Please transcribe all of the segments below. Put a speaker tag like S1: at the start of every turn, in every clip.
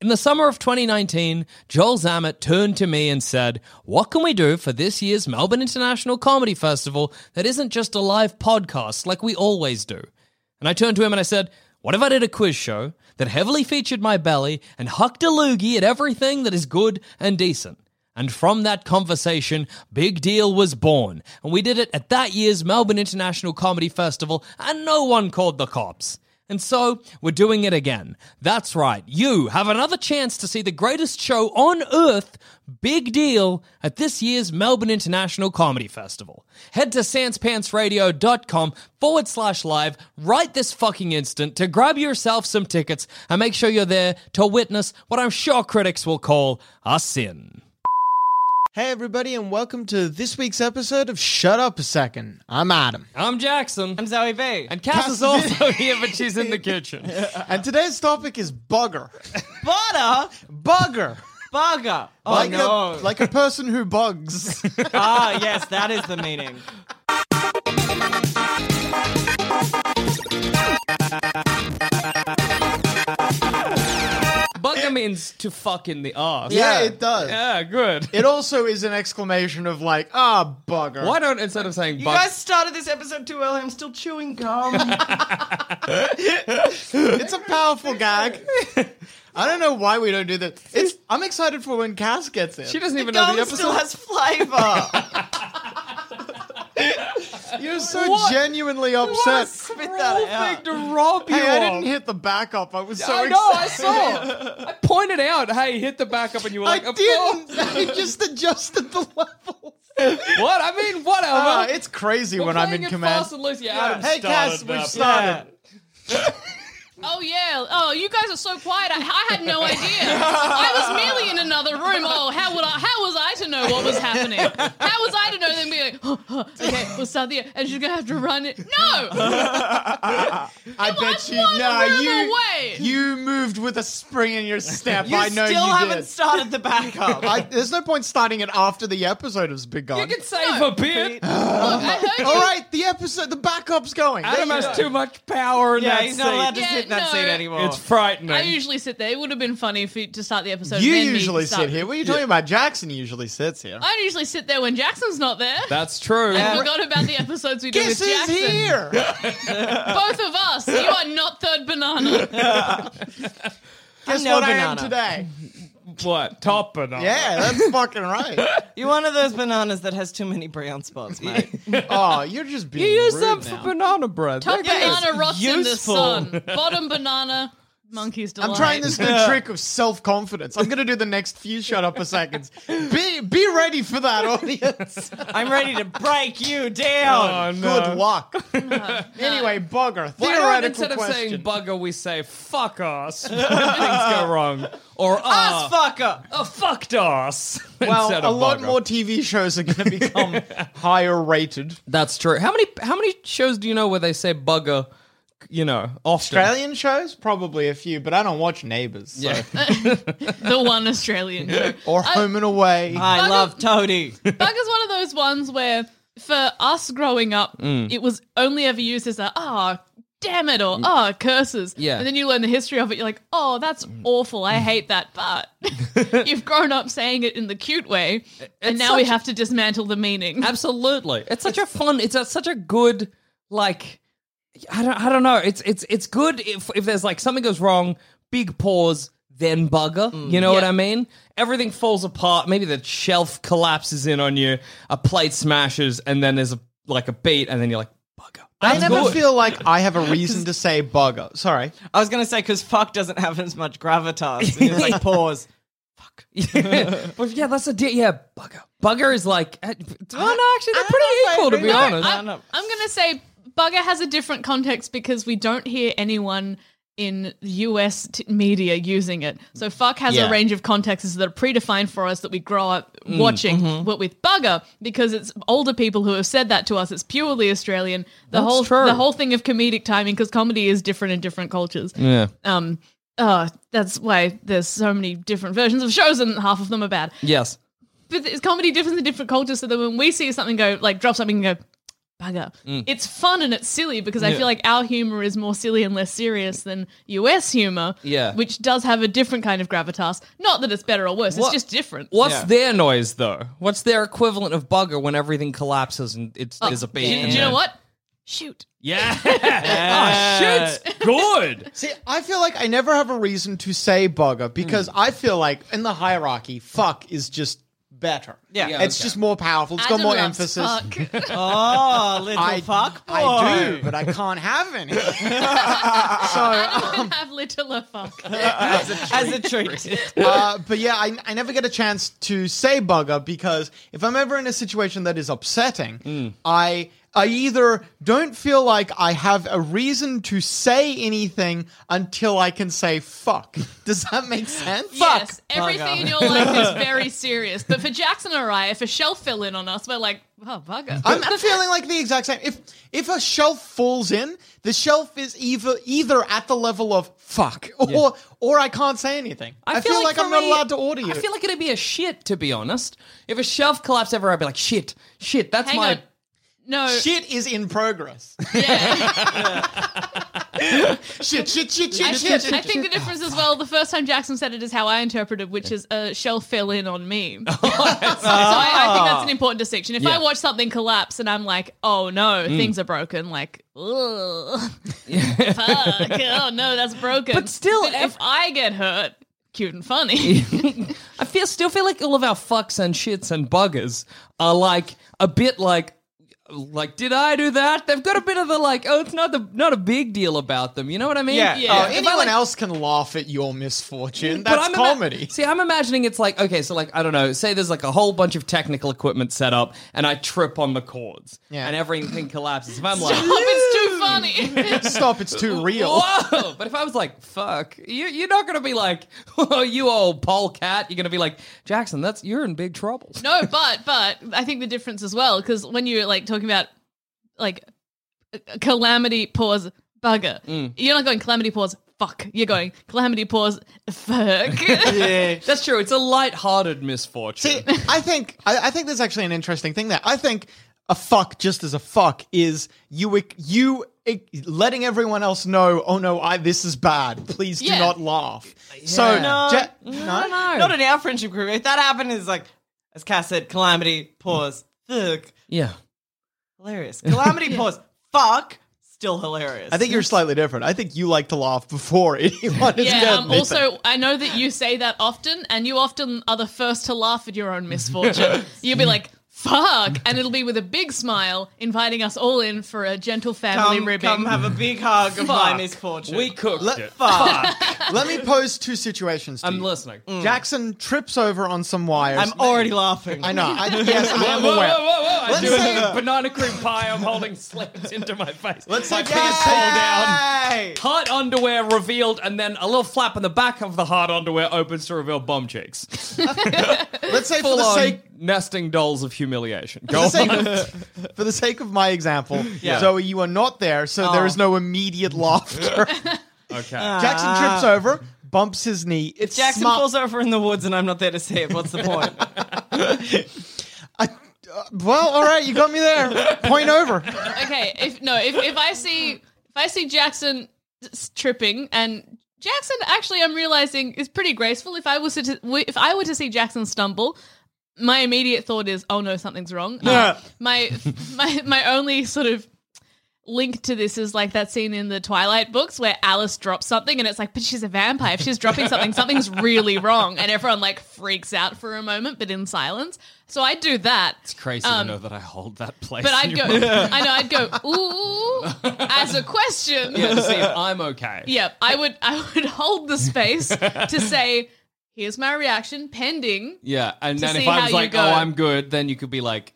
S1: In the summer of 2019, Joel Zammett turned to me and said, What can we do for this year's Melbourne International Comedy Festival that isn't just a live podcast like we always do? And I turned to him and I said, What if I did a quiz show that heavily featured my belly and hucked a loogie at everything that is good and decent? And from that conversation, Big Deal was born. And we did it at that year's Melbourne International Comedy Festival, and no one called the cops. And so we're doing it again. That's right. You have another chance to see the greatest show on earth, Big Deal, at this year's Melbourne International Comedy Festival. Head to sanspantsradio.com forward slash live right this fucking instant to grab yourself some tickets and make sure you're there to witness what I'm sure critics will call a sin.
S2: Hey, everybody, and welcome to this week's episode of Shut Up a Second. I'm Adam.
S1: I'm Jackson.
S3: I'm Zoe B.
S1: and Cass is also here, but she's in the kitchen.
S2: Uh, And today's topic is bugger.
S3: butter
S2: Bugger.
S3: bugger. Oh
S2: like, a,
S3: no!
S2: like a person who bugs.
S3: ah, yes, that is the meaning.
S1: Bugger means to fuck in the ass.
S2: yeah, it does.
S1: Yeah, good.
S2: It also is an exclamation of like, ah, bugger.
S1: Why don't instead of saying
S3: You
S1: bug,
S3: guys started this episode too early. I'm still chewing gum.
S2: It's a powerful gag. I don't know why we don't do this. It's I'm excited for when Cass gets it.
S1: she doesn't even know
S3: gum
S1: the
S3: still
S1: episode.
S3: has flavor.
S2: You're so
S1: What?
S2: genuinely
S3: What?
S2: upset.
S3: Spit that out.
S1: thing to rob you
S2: Hey, I
S1: of.
S2: didn't hit the back up. I was so
S1: I
S2: excited.
S1: know. I saw. I pointed out. Hey, hit the backup, and you were
S2: I
S1: like, "Of course."
S2: didn't. I just adjusted the levels.
S1: What? I mean, whatever.
S2: Ah, it's crazy
S1: We're
S2: when I'm
S1: playing
S2: in
S1: it
S2: command.
S1: Fast and loose. Yeah, Adam
S2: Hey,
S1: started
S2: Cass,
S1: that.
S2: we've started.
S3: Yeah.
S4: Oh yeah. Oh, you guys are so quiet. I, I had no idea. I was merely in another room. Oh, how would I? How was I to know what was happening? How was I to know them being like, oh, oh, okay, we'll start the and she's gonna have to run it? No.
S2: I
S4: I'm
S2: bet you.
S4: one
S2: Nah,
S4: room
S2: you.
S4: away.
S2: You moved with a spring in your step.
S3: You
S2: I know
S3: still
S2: you
S3: haven't
S2: did.
S3: started the backup.
S2: I, there's no point starting it after the episode has begun.
S1: You can save a bit.
S4: Look, I heard you.
S2: All right, the episode, the backup's going.
S1: Adam has too much power in
S3: yeah,
S1: that
S3: he's not allowed to
S1: seat.
S4: Yeah,
S3: sit in that
S4: no.
S3: seat anymore.
S1: It's frightening.
S4: I usually sit there. It would have been funny for you to start the episode.
S2: you
S4: then me to
S2: usually sit
S4: start.
S2: here. What are you talking about? Jackson usually sits here.
S4: I usually sit there when Jackson's not there.
S1: That's true.
S4: I forgot about the episodes we did
S2: Guess
S4: with
S2: who's
S4: Jackson.
S2: here?
S4: Both of us. You are not third banana.
S2: Guess
S3: no
S2: what I am
S3: banana.
S2: today?
S1: What? Top banana.
S2: Yeah, that's fucking right.
S3: You're one of those bananas that has too many brown spots, mate.
S2: Oh, you're just being
S1: You use
S2: rude
S1: them
S2: now.
S1: for banana bread.
S4: Top
S3: Yeah, it's
S4: banana rots in the
S3: useful.
S4: sun. Bottom banana, monkeys delight.
S2: I'm trying this new
S3: Yeah.
S2: trick of self confidence. I'm going to do the next few shut up a seconds. Be be ready for that audience.
S3: I'm ready to break you
S1: Oh,
S3: down.
S2: Good luck. anyway, bugger.
S1: Why
S2: Theoretical
S1: don't instead of
S2: question.
S1: saying bugger, we say fuck us when things go wrong, or
S3: Ass
S2: Ah.
S1: us
S3: fucker.
S1: fucked us.
S2: well,
S1: instead
S2: a
S1: of
S2: lot
S1: bugger.
S2: more TV shows are going to become higher rated.
S1: That's true. How many how many shows do you know where they say bugger? You know, often.
S2: Australian shows, probably a few, but I don't watch Neighbours. So.
S1: Yeah.
S4: the one Australian show.
S2: Or Home and Away.
S3: I love Toadie.
S4: Bug is one of those ones where, for us growing up,
S1: Mm.
S4: it was only ever used as a ah. Damn it, or ah curses.
S1: Yeah. Mm.
S4: And then you learn the history of it. You're like, oh, that's awful. I hate that. But you've grown up saying it in the cute way, and
S1: It's
S4: now we
S1: such-
S4: have to dismantle the meaning.
S1: Absolutely. It's such a fun. It's a, such a good like. I don't. I don't know. It's it's it's good if if there's like something goes wrong, big pause, then bugger.
S3: Mm.
S1: you know what I mean? Everything falls apart. Maybe the shelf collapses in on you. A plate smashes, and then there's a like a beat, and then you're like, bugger.
S2: I
S1: That's
S2: never
S1: good.
S2: feel like I have a reason to say bugger. Sorry.
S3: I was going to say because fuck doesn't have as much gravitas. And it's like pause.
S1: yeah, but yeah, that's a di- yeah bugger. Bugger is like, uh, oh no, actually they're
S3: I don't know
S1: pretty
S3: if I
S1: equal to be
S3: agree with
S1: honest.
S3: that.
S4: I'm,
S3: no.
S4: I'm gonna say bugger has a different context because we don't hear anyone in US t- media using it. So fuck has
S2: Yeah.
S4: a range of contexts that are predefined for us that we grow up
S1: Mm,
S4: watching.
S1: mm-hmm.
S4: But with bugger, because it's older people who have said that to us, it's purely Australian. The
S1: That's
S4: whole
S1: true.
S4: the whole thing of comedic timing because comedy is different in different cultures.
S1: yeah,
S4: Um. Oh, that's why there's so many different versions of shows and half of them are bad
S1: yes,
S4: but it's comedy different in different cultures. So that when we see something go like drop something and go bugger, it's fun and it's silly because I feel like our humor is more silly and less serious than US humor.
S1: Yeah.
S4: which does have a different kind of gravitas. Not that it's better or worse.
S1: What-
S4: It's just different.
S1: What's
S3: Yeah.
S1: their noise though? What's their equivalent of bugger when everything collapses and it's
S4: Oh,
S1: there's a
S4: do
S1: beat?
S4: you-
S1: and
S4: Do you know
S1: then-
S4: what? Shoot.
S1: Yeah. oh shit, good.
S2: See, I feel like I never have a reason to say bugger because I feel like in the hierarchy, fuck is just better.
S3: Yeah. Yeah,
S2: it's just more powerful. It's got more
S4: Adam loves
S2: emphasis.
S4: fuck.
S3: Oh, little
S2: I
S3: fuck boy.
S2: I do, but I can't have any.
S4: Adam can have little or fuck.
S3: As a treat.
S2: uh, but yeah, I, I never get a chance to say bugger because if I'm ever in a situation that is upsetting, I I either don't feel like I have a reason to say anything until I can say fuck. Does that make sense?
S4: Yes, everything in your life is very serious. But for Jackson or I, if a shelf fell in on us, we're like, oh, bugger.
S2: I'm feeling like the exact same. If if a shelf falls in, the shelf is either either at the level of fuck or or I can't say anything. I, feel, like,
S1: for
S2: I'm not
S1: me-
S2: allowed to order you.
S1: I feel like it'd be a shit, to be honest. If a shelf collapsed everywhere, I'd be like, shit, shit, that's
S4: Hang
S1: my.
S4: on. No.
S2: shit is in progress.
S4: Yeah.
S2: shit, shit, shit, shit,
S4: I
S2: shit, shit,
S4: think, I think the difference as well, the first time Jackson said it is how I interpreted, which is a shell fell in on me. so I, I think that's an important distinction. If
S1: Yeah.
S4: I watch something collapse and I'm like, oh no, things are broken, like, ugh, fuck, oh no, that's broken.
S1: But still,
S4: if
S1: ev-
S4: I get hurt, cute and funny.
S1: I feel still feel like all of our fucks and shits and buggers are like a bit like. Like, did I do that? They've got a bit of the like, oh, it's not the not a big deal about them. You know what I mean?
S3: Yeah.
S4: Yeah.
S2: Oh,
S4: If I,
S2: anyone
S1: like-
S2: else can laugh at your misfortune.
S1: But
S2: That's
S1: I'm ima-
S2: comedy.
S1: See, I'm imagining it's like okay, so like I don't know. Say there's like a whole bunch of technical equipment set up, and I trip on the cords,
S2: Yeah.
S1: and everything collapses. If I'm like,
S4: oh, it's too funny.
S2: Stop, it's too real.
S1: Whoa! But if I was like, fuck, you, you're not going to be like, oh, you old pole cat. You're going to be like, Jackson, that's you're in big trouble.
S4: No, but but I think the difference as well because when you're like talking about like a- a calamity pause bugger, you're not going calamity pause fuck. You're going calamity pause fuck.
S1: That's true. It's a light-hearted misfortune.
S2: See, I think I, I think there's actually an interesting thing there. I think a fuck just as a fuck is you ec- you ec- letting everyone else know. Oh no, I this is bad. Please do
S4: Yeah.
S2: not laugh. So
S3: No.
S2: Ja-
S1: I
S2: no.
S1: don't know.
S3: Not in our friendship group. If that happened, it's like, as Cass said, calamity, pause, fuck.
S1: yeah.
S3: Hilarious. Calamity, pause, fuck. Still hilarious.
S2: I think you're slightly different. I think you like to laugh before anyone is
S4: Yeah. Um,
S2: dead.
S4: also, I know that you say that often, and you often are the first to laugh at your own misfortune. You'll be like. Fuck! And it'll be with a big smile, inviting us all in for a gentle family
S3: come,
S4: ribbing.
S3: come have a big hug of my
S1: Fuck.
S3: misfortune.
S1: We cooked it.
S3: fuck.
S2: Let me pose two situations. To
S1: I'm
S2: you.
S1: listening.
S2: Mm. Jackson trips over on some wires.
S3: I'm already laughing.
S2: I know. I, yes, I am
S1: Whoa, whoa,
S2: aware.
S1: whoa, whoa. I'm
S2: Let's
S1: doing
S2: say-
S1: a banana cream pie I'm holding slammed into my face.
S2: Let's
S1: my
S2: say-
S1: pants fall down.
S3: Yay!
S1: Hard underwear revealed, and then a little flap on the back of the hard underwear opens to reveal bum cheeks.
S2: Let's say for
S1: Full
S2: the
S1: on
S2: sake
S1: nesting dolls of humiliation.
S2: for
S1: Go
S2: the
S1: on.
S2: sake of, for the sake of my example,
S1: Yeah.
S2: Zoe, you are not there, so there is no immediate laughter.
S1: Okay.
S3: Ah.
S2: Jackson trips
S1: Ah.
S2: over, bumps his knee. It's
S3: Jackson
S2: smart-
S3: falls over in the woods and I'm not there to see it. What's the point?
S2: I- uh, well, all right, you got me there. Point over.
S4: okay if no if, if i see if i see jackson s- tripping and jackson actually i'm realizing is pretty graceful if i was to if i were to see jackson stumble my immediate thought is oh no something's wrong Uh, my my my only sort of link to this is like that scene in the Twilight books where Alice drops something and it's like, but she's a vampire. If she's dropping something, something's really wrong. And everyone like freaks out for a moment, but in silence. So I do that.
S1: It's crazy to know that I hold that place.
S4: Um, But
S1: in
S4: I'd
S1: your
S4: go,
S1: mind.
S4: I know, I'd go, ooh, as a question.
S1: yeah, to see if I'm okay.
S4: Yep, I would I would hold the space to say, here's my reaction pending.
S1: Yeah, and
S4: To
S1: then
S4: see
S1: if
S4: how
S1: I was
S4: you
S1: like,
S4: go.
S1: "Oh, I'm good," then you could be like,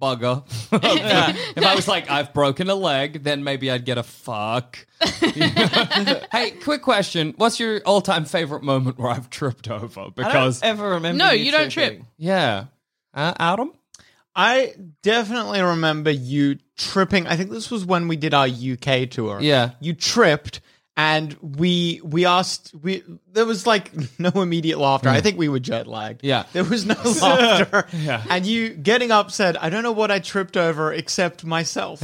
S1: "Bugger." if I was like, "I've broken a leg," then maybe I'd get a fuck. hey, quick question: What's your all-time favorite moment where I've tripped over?
S3: I don't
S1: Because
S3: ever remember.
S4: No, you don't
S3: tripping.
S4: trip.
S1: yeah, uh, Adam.
S2: I definitely remember you tripping. I think this was when we did our UK tour.
S1: Yeah.
S2: You tripped and we we asked we there was like no immediate laughter. I think we were jet lagged.
S1: Yeah.
S2: There was no laughter. And you getting up said, I don't know what I tripped over except myself.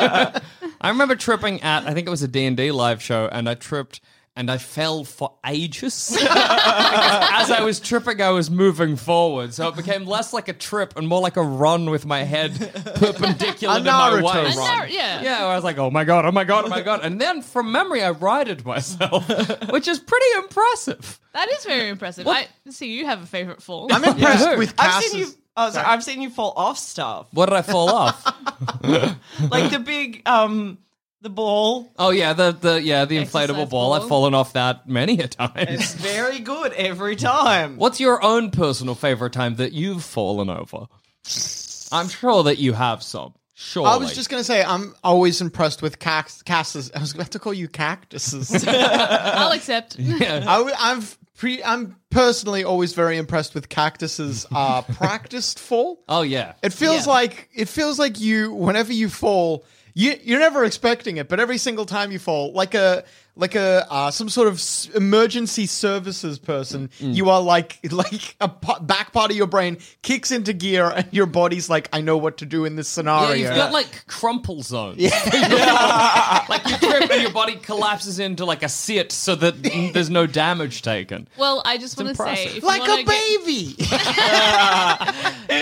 S1: I remember tripping at I think it was a D&D live show and I tripped and I fell for ages. As I was tripping, I was moving forward. So it became less like a trip and more like a run with my head perpendicular
S2: A
S1: to my
S2: Naruto
S1: waist.
S2: run.
S4: A Nar- yeah.
S1: Yeah, I was like, oh my God, oh my God, oh my God. And then from memory, I righted myself, which is pretty impressive.
S4: That is very impressive. I see you have a favorite fall.
S2: I'm impressed with
S3: I've
S2: Cass's
S3: seen you. Oh, sorry, I've seen you fall off stuff,
S1: What did I fall off?
S3: like the big um, the ball.
S1: Oh yeah, the, the yeah the inflatable
S4: Exercise
S1: ball. I've
S4: ball.
S1: fallen off that many a time.
S3: It's very good every time.
S1: What's your own personal favorite time that you've fallen over? I'm sure that you have some. Sure.
S2: I was just gonna say I'm always impressed with cac- Cass's I was about to call you cactuses.
S4: I'll accept.
S2: I, w- I've pre- I'm personally always very impressed with cactuses uh, practiced fall.
S1: Oh yeah.
S2: It feels like it feels like you whenever you fall, you you're never expecting it, but every single time you fall, like a like a uh, some sort of s- emergency services person,
S1: Mm,
S2: you are like like a p- back part of your brain kicks into gear, and your body's like, I know what to do in this
S1: yeah,
S2: scenario.
S1: you've got like crumple zones. like you trip and your body collapses into like a sit so that there's no damage taken.
S4: Well, I just want to say,
S1: impressive.
S4: if
S2: Like
S4: you wanna
S2: a
S4: get-
S2: baby.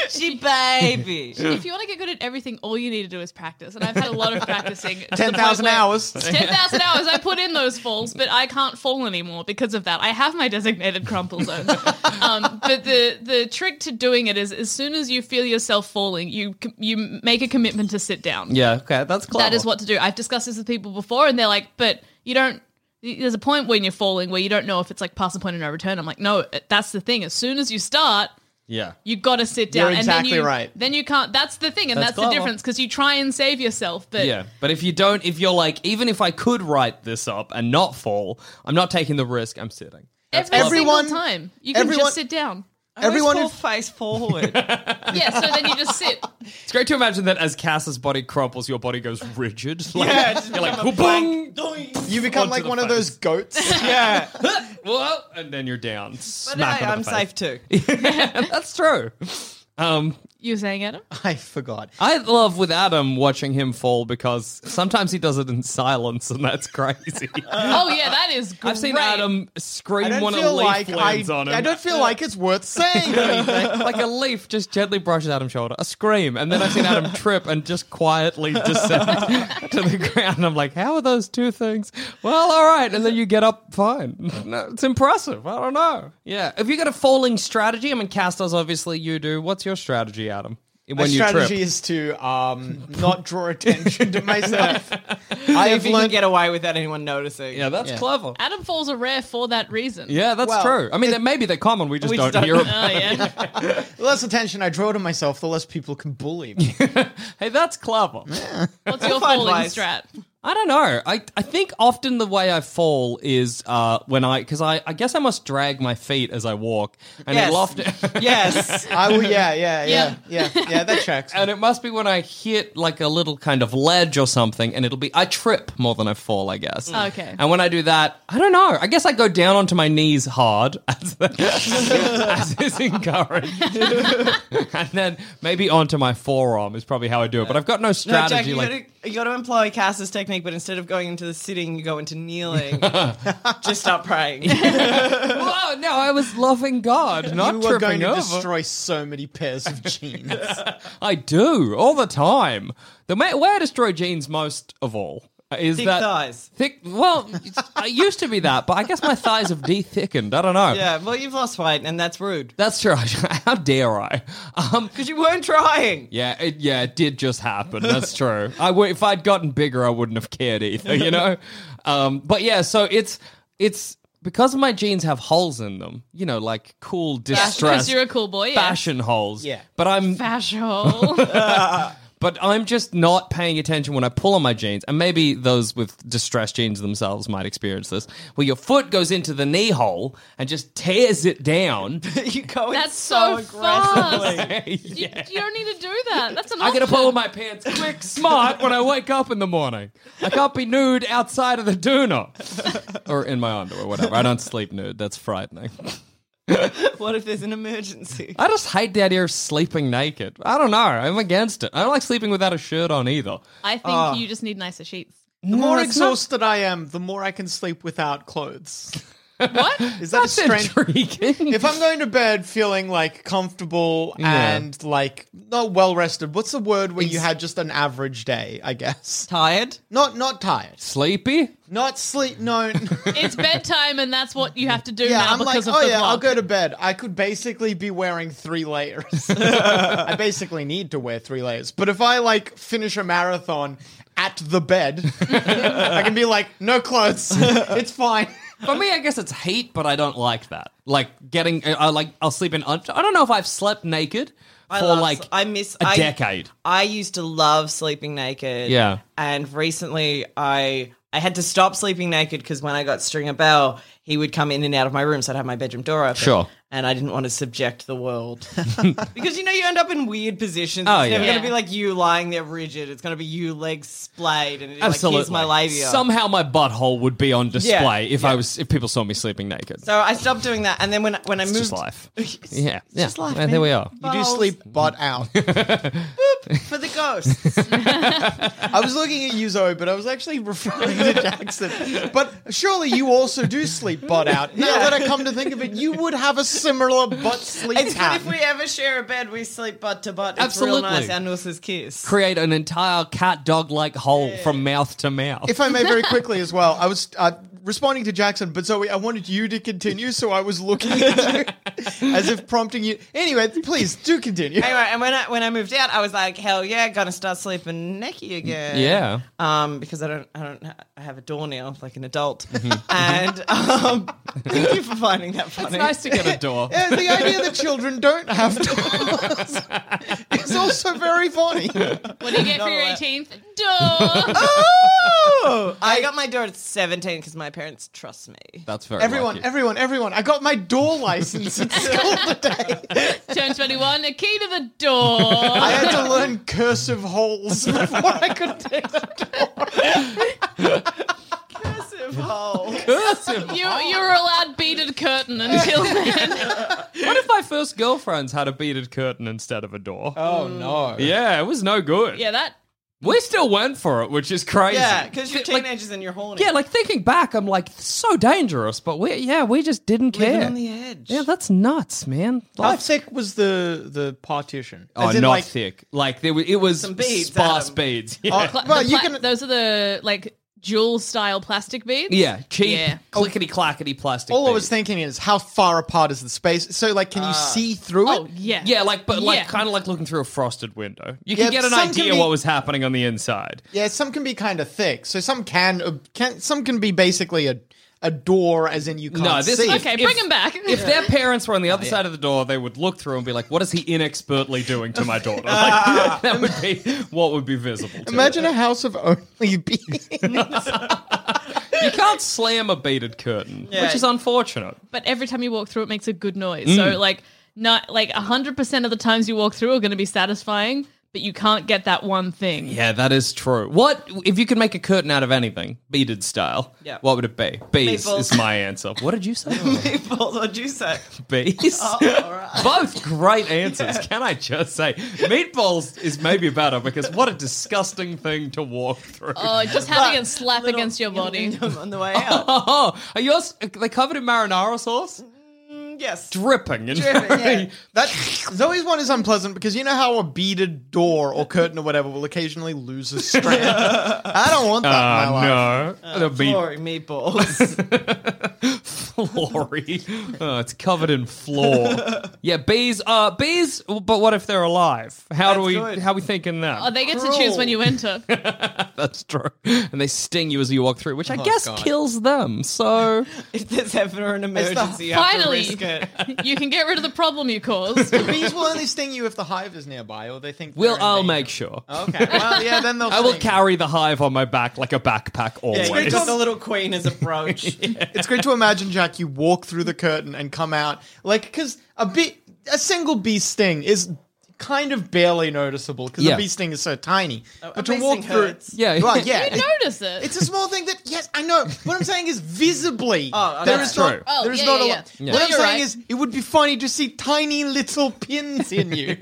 S3: She baby.
S4: if you want to get good at everything, all you need to do is practice. And I've had a lot of practicing. to the point
S2: 10,000
S4: where-
S2: hours.
S4: 10,000 hours. I put in those falls, but I can't fall anymore because of that. I have my designated crumple zones. Um, but the, the trick to doing it is as soon as you feel yourself falling, you, c- you make a commitment to sit down.
S1: Yeah. Okay. That's clever.
S4: That is what to do. I've discussed this with people before, and they're like, but you don't. There's a point when you're falling where you don't know if it's like past the point of no return. I'm like, no, uh, that's the thing. As soon as you start,
S1: Yeah.
S4: you got to sit down.
S2: You're
S4: and
S2: exactly
S4: then you,
S2: right.
S4: Then you can't. That's the thing, and
S1: That's
S4: that's, the
S1: clever.
S4: difference because you try and save yourself, but
S1: Yeah, but if you don't, if you're like, even if I could write this up and not fall, I'm not taking the risk. I'm sitting.
S4: every
S2: Everyone-
S4: single time you can
S2: everyone-
S4: just sit down.
S2: Everyone
S3: Everyone
S2: who
S3: fall face forward.
S4: Yeah, so then you just sit.
S1: It's great to imagine that as Cass's body crumples, your body goes rigid. Like,
S3: Yeah, just
S1: you're like,
S3: become a
S1: boom,
S2: You become
S1: Onto
S2: like
S1: the
S2: one of
S1: face.
S2: those goats.
S3: yeah,
S1: Whoa, and then you're down.
S3: but
S1: Smack
S3: I,
S1: on
S3: I'm
S1: the
S3: safe too.
S1: safe. That's true. Um,
S4: You're saying Adam?
S2: I forgot.
S1: I love with Adam watching him fall because sometimes he does it in silence, and that's crazy.
S2: Uh,
S4: Oh yeah, that is. Great.
S1: I've seen Adam scream when a
S2: feel
S1: leaf
S2: like I,
S1: lands on him.
S2: I don't feel like it's worth saying. anything.
S1: like a leaf just gently brushes Adam's shoulder, a scream, and then I've seen Adam trip and just quietly descend to the ground. I'm like, how are those two things? Well, all right, and then you get up fine. No, it's impressive. I don't know. Yeah, have you got a falling strategy? I mean, Castos, obviously you do. What's your strategy, Adam? When
S2: My
S1: you
S2: strategy
S1: trip?
S2: is to um, not draw attention to myself. I
S3: If
S2: have
S3: you can
S2: learned.
S3: get away without anyone noticing.
S1: yeah, that's
S2: Yeah.
S1: clever.
S4: Adam falls are rare for that reason.
S1: Yeah, that's
S2: Well,
S1: true. I mean, they- maybe they're common. We just
S3: we
S1: don't
S3: just don't
S1: hear 'em.
S4: Oh yeah.
S2: the less attention I draw to myself, the less people can bully me.
S1: Hey, that's clever.
S4: What's your
S3: find
S4: falling
S3: ways.
S4: strat?
S1: I don't know. I, I think often the way I fall is uh, when I because I, I guess I must drag my feet as I walk, and
S3: Yes.
S1: it'll often
S3: Yes.
S2: I will. Yeah, yeah, yeah, yeah, yeah. that checks.
S1: and it must be when I hit like a little kind of ledge or something, and it'll be I trip more than I fall, I guess.
S4: Okay.
S1: And when I do that, I don't know. I guess I go down onto my knees hard, as, as is encouraged, and then maybe onto my forearm is probably how I do it. But I've got no
S3: No, Jack,
S1: strategy
S3: you
S1: like.
S3: gotta you got to employ Cass's technique, but instead of going into the sitting, you go into kneeling. Just start praying.
S1: Whoa, no, I was loving God, not
S2: you
S1: tripping
S2: are going to
S1: over.
S2: destroy so many pairs of jeans.
S1: I do all the time. The ma- way I destroy jeans most of all is
S3: Thick
S1: that
S3: thighs.
S1: Thick. Well, it's- I used to be that, but I guess my thighs have de-thickened. I don't know.
S3: yeah, well, you've lost weight, and that's rude.
S1: That's true. How dare I? Um,
S3: Because you weren't trying.
S1: yeah, it, yeah, it did just happen. That's true. I would if I'd gotten bigger, I wouldn't have cared either. You know. Um, but yeah, so it's it's because my jeans have holes in them. You know, like cool distress.
S4: Because you're a cool boy. Yeah.
S1: Fashion holes. Yeah. But I'm
S4: Fashion. Fashion.
S1: but I'm just not paying attention when I pull on my jeans. And maybe those with distressed jeans themselves might experience this, where your foot goes into the knee hole and just tears it down.
S3: You go in
S4: That's
S3: so,
S4: so
S3: aggressively.
S4: fast.
S1: yeah.
S4: You don't need to do that. That's an
S1: I gotta
S4: option.
S1: pull my pants quick, smart when I wake up in the morning. I can't be nude outside of the doona or in my underwear, whatever. I don't sleep nude. That's frightening.
S3: What if there's an emergency?
S1: I just hate the idea of sleeping naked. I don't know. I'm against it. I don't like sleeping without a shirt on either.
S4: I think
S2: Ah.
S4: you just need nicer sheets.
S2: The more
S1: it's not-
S2: exhausted I am, the more I can sleep without clothes.
S4: What?
S2: Is that
S1: That's
S2: a strange?
S1: intriguing.
S2: If I'm going to bed feeling like comfortable
S1: Yeah.
S2: and like not well rested, what's the word when you had just an average day? I guess
S3: Tired?
S2: not not tired,
S1: Sleepy?
S2: not sleep. No,
S4: it's bedtime, and that's what you have to do
S2: yeah,
S4: now
S2: I'm like,
S4: because
S2: oh
S4: of the
S2: yeah, I'll
S4: clock."
S2: go to bed. I could basically be wearing three layers. I basically need to wear three layers. But if I like finish a marathon at the bed, I can be like, no clothes, it's fine.
S1: For me, I guess it's heat, but I don't like that. Like getting, uh, I I like, I'll sleep in. un- I don't know if I've slept naked
S3: I
S1: for
S3: love-
S1: like
S3: I miss
S1: a
S3: I-
S1: decade.
S3: I used to love sleeping naked.
S1: Yeah.
S3: And recently I I had to stop sleeping naked because when I got Stringer Bell, he would come in and out of my room, so I'd have my bedroom door open.
S1: Sure.
S3: And I didn't want to subject the world. because you know you end up in weird positions.
S1: Oh,
S3: it's never
S1: yeah.
S3: gonna
S4: Yeah.
S3: be like you lying there rigid. It's gonna be you legs splayed and it's like here's my labia.
S1: Somehow my butthole would be on display
S3: Yeah,
S1: if I was if people saw me sleeping naked.
S3: so I stopped doing that and then when when I
S1: it's
S3: moved
S1: just life. yeah, yeah.
S3: just life,
S1: and there
S3: man.
S1: we are.
S2: You do
S3: Balls.
S2: sleep butt out.
S3: for the ghosts.
S2: I was looking at you, Zoe, but I was actually referring to Jackson. But surely you also do sleep butt out. Now that I come to think of it, you would have a similar butt sleep
S3: it's good if
S2: pattern.
S3: we ever share a bed, we sleep butt to butt. It's
S1: Absolutely.
S3: real nice. Our nurses kiss.
S1: Create an entire cat dog like hole from mouth to mouth.
S2: If I may, very quickly as well, I was uh, responding to Jackson, but Zoe, I wanted you to continue, so I was looking at you as if prompting you. Anyway, please do continue.
S3: Anyway, and when I when I moved out, I was like, hell yeah, gonna start sleeping naked again.
S1: yeah,
S3: Um, because I don't I don't ha- I have a door now, like an adult. And um, thank you for finding that funny.
S1: it's nice to get a door.
S2: Yeah, the idea that children don't have dolls is also very funny.
S4: What do you get for your 18th? Duh.
S3: Oh! I got my door at seventeen because my parents trust me.
S1: That's very
S2: Everyone,
S1: lucky.
S2: everyone, everyone! I got my door license. It's still today.
S4: Turn 21, a key to the door.
S2: I had to learn cursive holes before I could take the door.
S3: Massive hole.
S4: you, you were allowed beaded curtain until then.
S1: what if my first girlfriends had a beaded curtain instead of a door?
S2: Oh no!
S1: yeah, it was no good.
S4: yeah, that.
S1: We still went for it, which is crazy.
S3: Yeah, because you're
S1: Like,
S3: teenagers and you're horny.
S1: Yeah, like thinking back, I'm like so dangerous, but we yeah we just didn't
S3: Living
S1: care.
S3: on the edge.
S1: yeah, that's nuts, man.
S2: How
S1: Life-
S2: thick was the the partition?
S1: oh,
S2: As in,
S1: not
S2: like-
S1: thick. Like there was, it was
S3: Some beads,
S1: sparse
S3: Adam.
S1: beads. Yeah.
S2: Oh,
S4: Pla-
S2: well,
S4: the
S2: you
S4: pla-
S2: can.
S4: Those are the like jewel style plastic beads.
S1: yeah, cheap,
S4: Yeah.
S1: clickety clackety plastic.
S2: Oh. All I
S1: beads.
S2: was thinking is how far apart is the space? So, like, can you
S1: Ah.
S2: see through
S4: Oh
S2: it?
S4: yeah.
S1: Yeah, like but like
S4: Yeah.
S1: kind of like looking through a frosted window. You can
S2: Yeah,
S1: get an
S2: some can
S1: idea
S2: be-
S1: what was happening on the inside.
S2: Yeah, some can be kind of thick. So some can, uh, can some can be basically a a door, as in you can't
S1: No, this
S2: see.
S1: if-
S4: Okay,
S1: if-
S4: bring 'em back.
S1: If their parents were on the
S2: Oh,
S1: other side of the door, they would look through and be like, "What is he inexpertly doing to my daughter?" Like, that would be what would be visible. To
S2: Imagine a house of only beings.
S1: you can't slam a beaded curtain,
S3: Yeah.
S1: which is unfortunate.
S4: But every time you walk through, it
S1: Mm.
S4: makes a good noise. So like, not like hundred percent of the times you walk through are going to be satisfying. but you can't get that one thing.
S1: Yeah, that is true. What if you could make a curtain out of anything, beaded style?
S3: Yeah.
S1: What would it be? Bees
S3: Meatballs.
S1: is my answer. What did you say?
S3: Meatballs, what'd you say?
S1: Bees.
S3: Oh.
S1: Both great answers. Can I just say, meatballs is maybe better because what a disgusting thing to walk through.
S4: Oh, just having it slap
S3: Little-
S4: against your
S3: little
S4: body.
S3: kingdom on the way out.
S1: Oh, are yours? Are they covered in marinara sauce?
S3: Mm, yes.
S1: Dripping. And
S3: Dripping, yeah.
S2: That Zoe's one is unpleasant because you know how a beaded door or curtain or whatever will occasionally lose a strand. I don't want that in my life.
S1: Oh, no. the beat
S3: Glory meatballs.
S1: Flory. Oh, it's covered in floor. yeah, bees. Uh, bees. But what if they're alive? How do
S3: That's
S1: we?
S3: good.
S1: How we thinking that?
S4: Oh, they get to choose when you enter.
S1: That's true. And they sting you as you walk through, which
S3: Oh,
S1: I guess kills them. So
S3: if there's ever an emergency, you have to
S4: Finally,
S3: risk it.
S4: you can get rid of the problem you caused.
S2: The bees will only sting you if the hive is nearby or they think.
S1: we'll
S2: they're in
S1: I'll
S2: danger.
S1: make sure.
S2: Okay. Well, yeah, then they'll.
S1: I will
S2: sting.
S1: carry the hive on my back like a backpack
S3: Yeah,
S1: always.
S3: you got the little queen as a brooch.
S2: It's great to imagine Jack. You walk through the curtain and come out like because a bee, a single bee sting is kind of barely noticeable because
S1: Yeah.
S2: a bee sting is so tiny. but
S3: bee
S2: to walk
S3: sting
S2: through,
S3: hurts.
S1: Yeah.
S2: well, yeah,
S4: You notice it.
S2: It's a small thing that yes, I know. What I'm saying is visibly
S3: Oh, okay.
S2: there
S3: That's
S2: is not
S1: true.
S4: Oh,
S2: there is
S4: yeah,
S2: not
S4: yeah,
S2: a
S4: yeah.
S2: lot.
S4: Yeah.
S2: What
S4: No,
S2: I'm
S4: you're
S2: saying
S4: right.
S2: is it would be funny to see tiny little pins in you.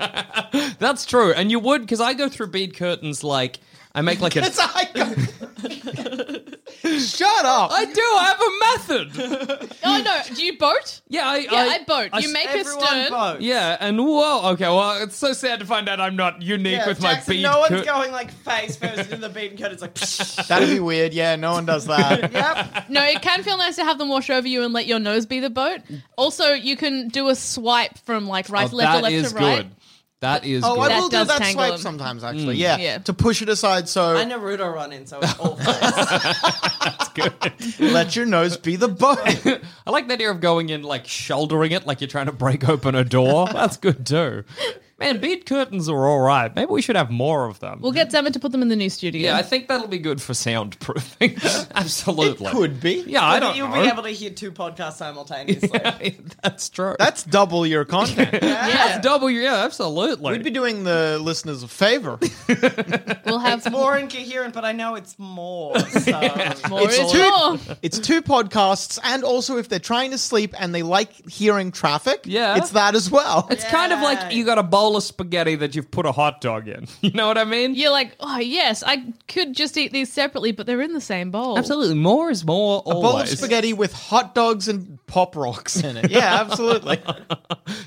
S1: That's true. And you would because I go through bead curtains like I make like a
S2: That's a high Shut up.
S1: I do. I have a method.
S4: Oh no, do you boat?
S1: Yeah, I,
S4: Yeah, I, boat. you make a
S3: Everyone
S4: stern.
S3: vote.
S1: Yeah, and whoa. Okay, well, it's so sad to find out I'm not unique
S3: Yeah,
S1: with
S3: Jackson,
S1: my bead.
S3: no one's
S1: cur-
S3: going like face first in the bean cut. It's like
S2: That'd be weird. Yeah, no one does that.
S3: yep.
S4: No, it can feel nice to have them wash over you and let your nose be the boat. Also, you can do a swipe from like right to
S1: Oh,
S4: left
S1: that
S4: to left
S1: is
S4: to right.
S1: good. That is
S2: Oh,
S1: good.
S2: I
S4: That
S2: will do
S4: does
S2: that
S4: tangle
S2: swipe
S4: them.
S1: Mm.
S2: sometimes, actually. Yeah,
S4: Yeah.
S2: to push it aside. So
S3: I Naruto run in, so it's all face.
S2: let your nose be the boat.
S1: I like the idea of going in like shouldering it, like you're trying to break open a door. That's good too. Man, bead curtains are all right. Maybe we should have more of them.
S4: We'll get Zama to put them in the new studio.
S1: yeah, I think that'll be good for soundproofing. Absolutely,
S2: Could be.
S1: Yeah, I don't
S3: You'll
S1: know.
S3: be able to hear two podcasts simultaneously.
S1: That's true.
S2: That's double your content.
S1: That's double. Yeah, absolutely.
S2: We'd be doing the listeners a favor.
S4: we'll have more.
S3: More incoherent, but I know it's more. So
S4: more
S2: It's
S4: is
S2: two-
S4: more.
S2: It's two podcasts, and also if they're trying to sleep and they like hearing traffic,
S1: Yeah.
S2: it's that as well.
S1: It's kind of like you got a bowl of spaghetti that you've put a hot dog in. You know what I mean?
S4: You're like, oh yes, I could just eat these separately, but they're in the same bowl.
S1: Absolutely. More is more.
S2: A
S1: Always.
S2: bowl of spaghetti with hot dogs and pop rocks in it. Yeah, absolutely.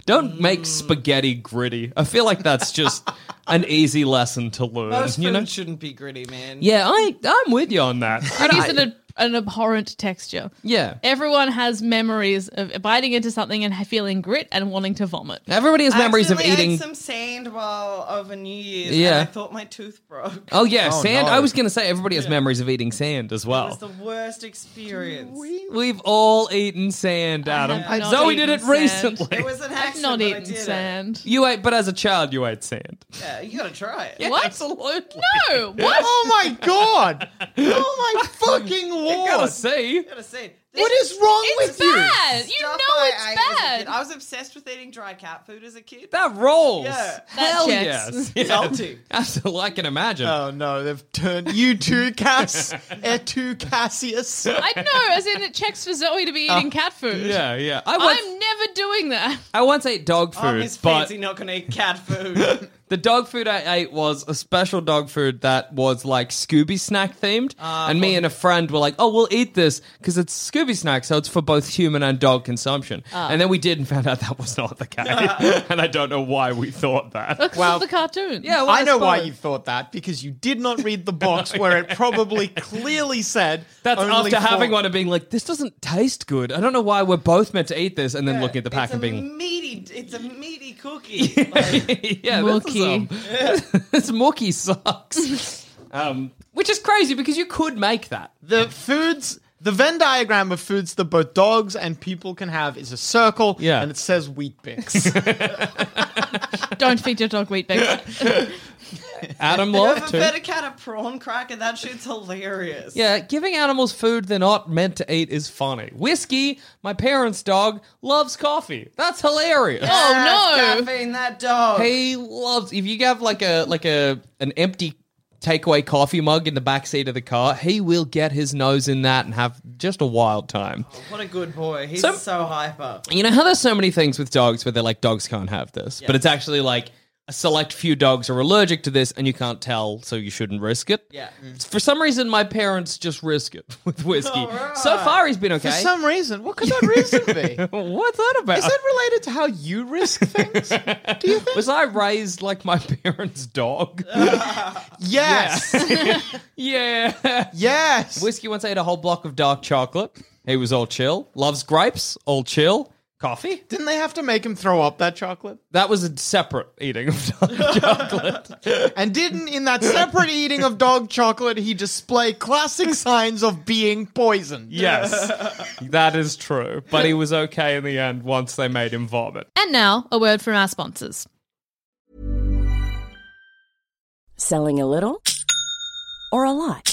S1: Don't make spaghetti gritty. I feel like that's just an easy lesson to learn.
S3: most
S1: you know?
S3: food shouldn't be gritty, man.
S1: Yeah, I I'm with you on that. I
S4: It
S1: don't-
S4: is an, ab- an abhorrent texture.
S1: yeah.
S4: Everyone has memories of biting into something and feeling grit and wanting to vomit.
S1: Everybody has
S3: I
S1: memories of
S3: accidentally ate
S1: eating.
S3: some sand while over New Year's.
S1: Yeah.
S3: and I thought my tooth broke.
S1: Oh yeah,
S2: Oh,
S1: sand.
S2: no.
S1: I was going to say everybody has memories of eating sand as
S3: It was
S1: well.
S3: the worst experience.
S1: We've all eaten sand, Adam.
S4: have not
S1: Zoe did it
S4: eaten sand.
S1: recently.
S3: It was an
S4: I've
S3: accident.
S4: not
S3: but I
S4: eaten
S3: did it.
S4: sand.
S1: you ate, but as a child, you ate sand.
S3: Yeah, you gotta try it.
S4: What?
S1: Absolutely.
S4: No, what?
S2: oh my god! Oh my fucking
S1: I gotta
S2: lord!
S1: say,
S3: You gotta see.
S2: What is wrong
S4: It's
S2: with you?
S4: bad. You,
S3: Stuff
S4: know
S3: I
S4: it's
S3: ate as a
S4: bad.
S3: kid. I was obsessed with eating dry cat food as a kid.
S1: that rolls.
S3: Yeah.
S1: Hell
S4: checks.
S1: yes. Yeah.
S3: Salty.
S1: Absolutely, I can imagine.
S2: Oh no, they've turned you to Cass, et tu Cassius.
S4: I know, as in it checks for Zoe to be eating cat food.
S1: yeah, yeah. I once,
S4: I'm never doing that.
S1: I once ate dog food,
S3: Oh, Miss
S1: but
S3: Fancy not gonna eat cat food.
S1: The dog food I ate was a special dog food that was like Scooby snack themed. and me and a friend were like, oh, we'll eat this because it's Scooby snack, so it's for both human and dog consumption. And then we did and found out that was not the case. and I don't know why we thought that.
S4: Well, the cartoon.
S1: Yeah, well,
S2: I know why
S1: suppose.
S2: you thought that because you did not read the box where it probably clearly said
S1: That's
S2: only
S1: after having
S2: four-
S1: one and being like, this doesn't taste good. I don't know why we're both meant to eat this. And then looking at the pack
S3: it's a
S1: and being
S3: meaty. It's a meaty cookie. Like,
S1: yeah, this is, um, this Mookie sucks. um, which is crazy because you could make that.
S2: the foods. The Venn diagram of foods that both dogs and people can have is a circle,
S1: Yeah.
S2: and it says wheat bix.
S4: Don't feed your dog wheat bix.
S1: Adam
S3: Have
S1: Love
S3: a
S1: too.
S3: fed a cat a prawn cracker? That shit's hilarious.
S1: Yeah, giving animals food they're not meant to eat is funny. Whiskey, my parents' dog, loves coffee. That's hilarious.
S4: Oh no!
S3: Caffeine that dog.
S1: He loves if you have like a like a an empty takeaway coffee mug in the back seat of the car, he will get his nose in that and have just a wild time.
S3: What a good boy. He's
S1: So-
S3: so hyper.
S1: You know how there's so many things with dogs where they're like dogs can't have this, but it's actually like a select few dogs are allergic to this and you can't tell, so you shouldn't risk it.
S3: Yeah.
S2: Mm.
S1: For some reason, my parents just risk it with whiskey. So far, he's been okay.
S2: For some reason, what could that reason be?
S1: What's that about?
S2: Is that related to how you risk things? Do you think?
S1: Was I raised like my parents' dog?
S2: Uh. Yes.
S1: yeah.
S2: Yes.
S1: Whiskey once ate a whole block of dark chocolate. He was all chill. Loves grapes, all chill. Coffee.
S2: Didn't they have to make him throw up that chocolate?
S1: That was a separate eating of dark chocolate.
S2: And didn't in that separate eating of dog chocolate he display classic signs of being poisoned?
S1: Yes. That is true. But he was okay in the end once they made him vomit.
S4: And now a word from our sponsors.
S5: Selling a little or a lot?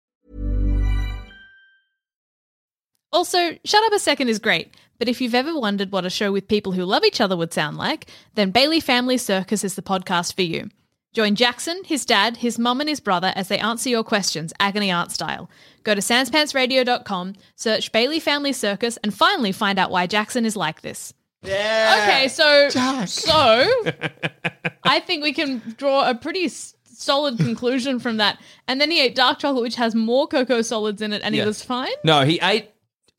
S4: Also, Shut Up a Second is great, but if you've ever wondered what a show with people who love each other would sound like, then Bailey Family Circus is the podcast for you. Join Jackson, his dad, his mum, and his brother as they answer your questions, agony aunt style. Go to sanspantsradio.com, search Bailey Family Circus, and finally find out why Jackson is like this. Yeah. Okay, so so I think we can draw a pretty s- solid conclusion from that. And then he ate dark chocolate, which has more cocoa solids in it, and
S1: Yeah.
S4: he was fine.
S1: No, he ate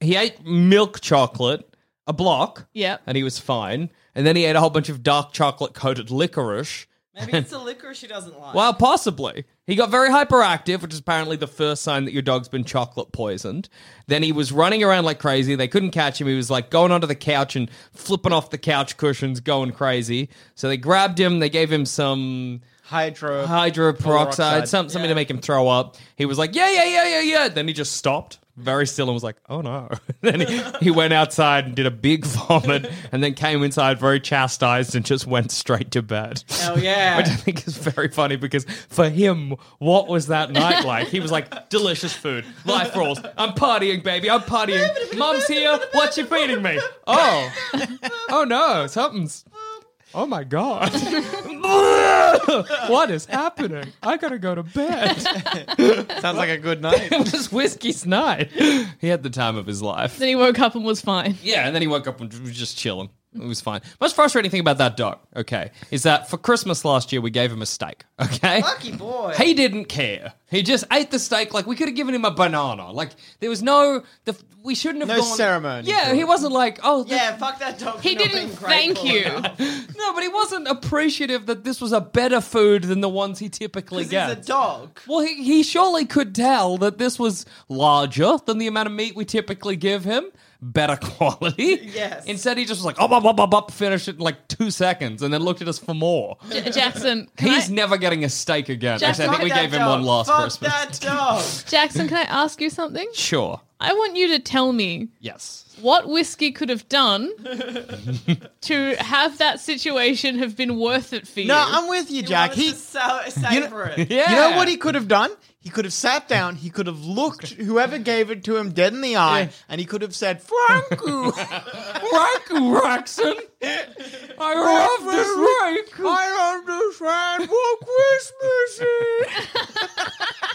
S1: he ate milk chocolate, a block,
S4: Yep.
S1: and he was fine. And then he ate a whole bunch of dark chocolate coated licorice.
S3: Maybe it's the liquor she doesn't like.
S1: Well, possibly. He got very hyperactive, which is apparently the first sign that your dog's been chocolate poisoned. Then he was running around like crazy. They couldn't catch him. He was like going onto the couch and flipping off the couch cushions, going crazy. So they grabbed him. They gave him some
S2: Hydro.
S1: hydroperoxide,
S2: Peroxide.
S1: some, something to make him throw up. He was like, yeah, yeah, yeah, yeah, yeah. Then he just stopped. Very still and was like, oh no. then he, he went outside and did a big vomit and then came inside very chastised and just went straight to bed.
S3: Hell yeah.
S1: Which I think is very funny because for him, what was that night like? He was like, delicious food, life rules. I'm partying, baby. I'm partying. Mum's here. What you feeding me? Oh, oh no, something's. Oh my god! what is happening? I gotta go to bed.
S2: Sounds like a good night.
S1: it was whiskey's night. He had the time of his life.
S4: Then he woke up and was fine.
S1: Yeah, and then he woke up and was just chilling. It was fine. Most frustrating thing about that dog, okay, is that for Christmas last year we gave him a steak, okay?
S3: Lucky boy.
S1: He didn't care. He just ate the steak. Like we could have given him a banana. Like there was no, the, we shouldn't have
S2: No
S1: gone-
S2: ceremony
S1: Yeah,
S2: to
S1: he
S2: it.
S1: wasn't like, oh, this-
S3: Yeah, fuck that dog. for
S4: He
S3: not
S4: didn't
S3: being
S4: thank
S3: grateful.
S4: you.
S1: no, but he wasn't appreciative that this was a better food than the ones he typically
S3: 'Cause
S1: gets.
S3: He's a dog.
S1: Well, he, he surely could tell that this was larger than the amount of meat we typically give him, better quality.
S3: Yes.
S1: Instead, he just was like, up, up, up, up, up, finished it in like two seconds and then looked at us for more.
S4: J- Jackson, can
S1: He's
S4: I,
S1: never getting a steak again.
S4: Just
S1: Actually, I think
S3: Fuck
S1: we
S3: that
S1: gave him
S3: dog.
S1: one last
S3: fuck
S1: Christmas.
S3: that dog.
S4: Jackson, can I ask you something?
S1: Sure.
S4: I want you to tell me
S1: Yes.
S4: what whiskey could have done to have that situation have been worth it for you.
S2: No, I'm with you, Jack.
S3: He
S2: He,
S3: wanted to sa- savor it.
S1: Yeah.
S2: you know what he could have done? He could have sat down. He could have looked whoever gave it to him dead in the eye, and he could have said, "Franku,
S1: Raku Raxon! I love this rake!
S2: I understand what Christmas is."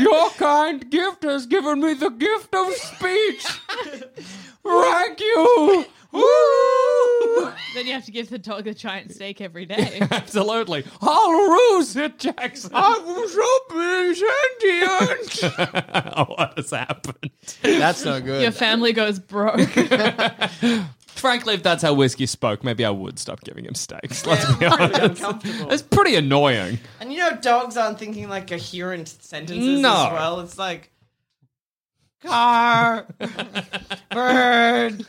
S1: Your kind gift has given me the gift of speech! Rank you! Woo!
S4: Then you have to give the dog a giant steak every day.
S1: Absolutely. I'll lose it, Jackson. I was so sentient. Oh, what has happened?
S2: That's no good.
S4: Your family goes broke.
S1: Frankly, if that's how whiskey spoke, maybe I would stop giving him steaks. Let's be
S3: Pretty
S1: honest.
S3: uncomfortable.
S1: It's pretty annoying.
S3: And you know, dogs aren't thinking like coherent sentences
S1: No.
S3: as well. It's like car, bird,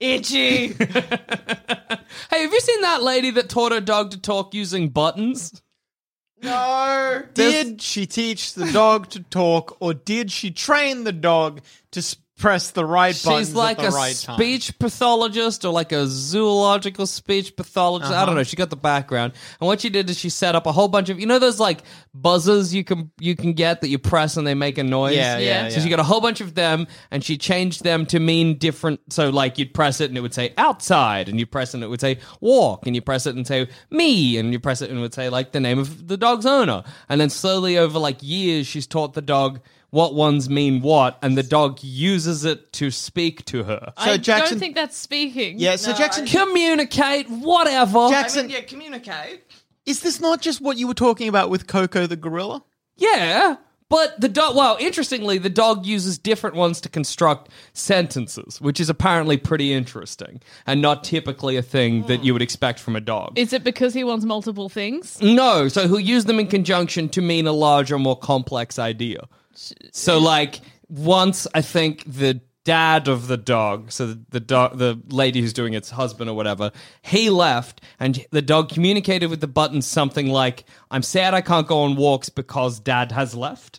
S3: itchy.
S1: Hey, have you seen that lady that taught her dog to talk using buttons?
S3: No,
S2: Did she teach the dog to talk, or did she train the dog to s- press the right buttons
S1: She's like
S2: at the
S1: a
S2: right time?
S1: speech pathologist or like a zoological speech pathologist. I
S2: Uh-huh.
S1: don't know. She got the background, and what she did is she set up a whole bunch of you know those like buzzers you can you can get that you press and they make a noise.
S2: Yeah,
S4: yeah, Yeah.
S1: So she got a whole bunch of them, and she changed them to mean different. So like you'd press it and it would say outside, and you press it and it would say walk, and you press it and say me, and you press it and it would say like the name of the dog's owner, and then slowly over like years, she's taught the dog. What ones mean what, and the dog uses it to speak to her.
S2: So
S4: I
S2: Jackson,
S4: don't think that's speaking.
S2: yeah. So Jackson,
S1: communicate, whatever.
S3: I mean,
S2: Jackson,
S3: yeah, communicate.
S2: is this not just what you were talking about with Coco the gorilla?
S1: Yeah. But the dog, well, interestingly, the dog uses different ones to construct sentences, which is apparently pretty interesting and not typically a thing that you would expect from a dog.
S4: Is it because he wants multiple things?
S1: no, so he'll use them in conjunction to mean a larger, more complex idea. So, like, once I think the dad of the dog, so the, the dog, the lady who's doing it's husband or whatever, he left, and the dog communicated with the button something like, "I'm sad I can't go on walks because dad has left."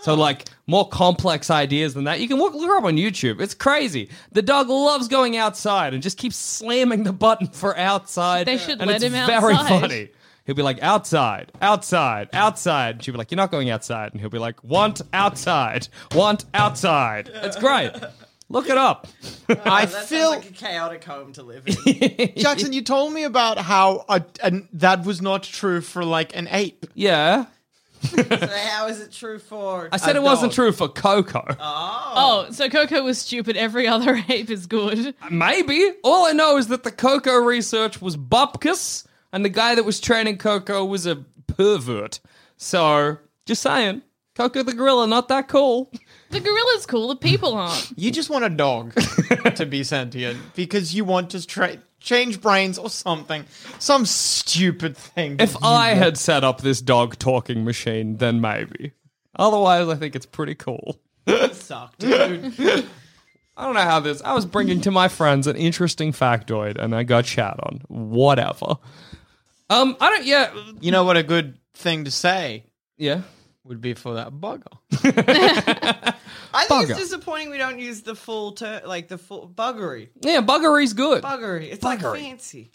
S1: So, like, more complex ideas than that. You can walk, look her up on YouTube. It's crazy. The dog loves going outside and just keeps slamming the button for outside.
S4: They should
S1: and
S4: let
S1: it's
S4: him
S1: Very
S4: outside.
S1: funny. He'll be like, outside, outside, outside. She'll be like, you're not going outside. And he'll be like, want outside, want outside. It's great. Look it up.
S2: I
S3: That
S2: feel
S3: sounds like a chaotic home to live in.
S2: Jackson, you told me about how a, and that was not true for like an ape.
S1: Yeah.
S3: so how is it true for?
S1: I said
S2: A
S1: it wasn't
S2: dog.
S1: true for Coco.
S4: Oh, so Coco was stupid. Every other ape is good.
S1: Maybe. All I know is that the Coco research was bupkis, and the guy that was training Coco was a pervert. So, just saying. Coco the gorilla, not that cool.
S4: The gorilla's cool. The people aren't.
S2: You just want a dog to be sentient because you want to tra- change brains or something, some stupid thing.
S1: If I had set up this dog talking machine, then maybe. Otherwise, I think it's pretty cool.
S3: It sucked, dude.
S1: I don't know how this. I was bringing to my friends an interesting factoid, and I got chat on. Whatever. Um, I don't. Yeah,
S2: you know what a good thing to say
S1: yeah.
S2: would be for that bugger.
S3: I think
S1: Bugger.
S3: it's disappointing we don't use the full ter- like the full buggery.
S1: Yeah, buggery's good.
S3: Buggery. It's like fancy.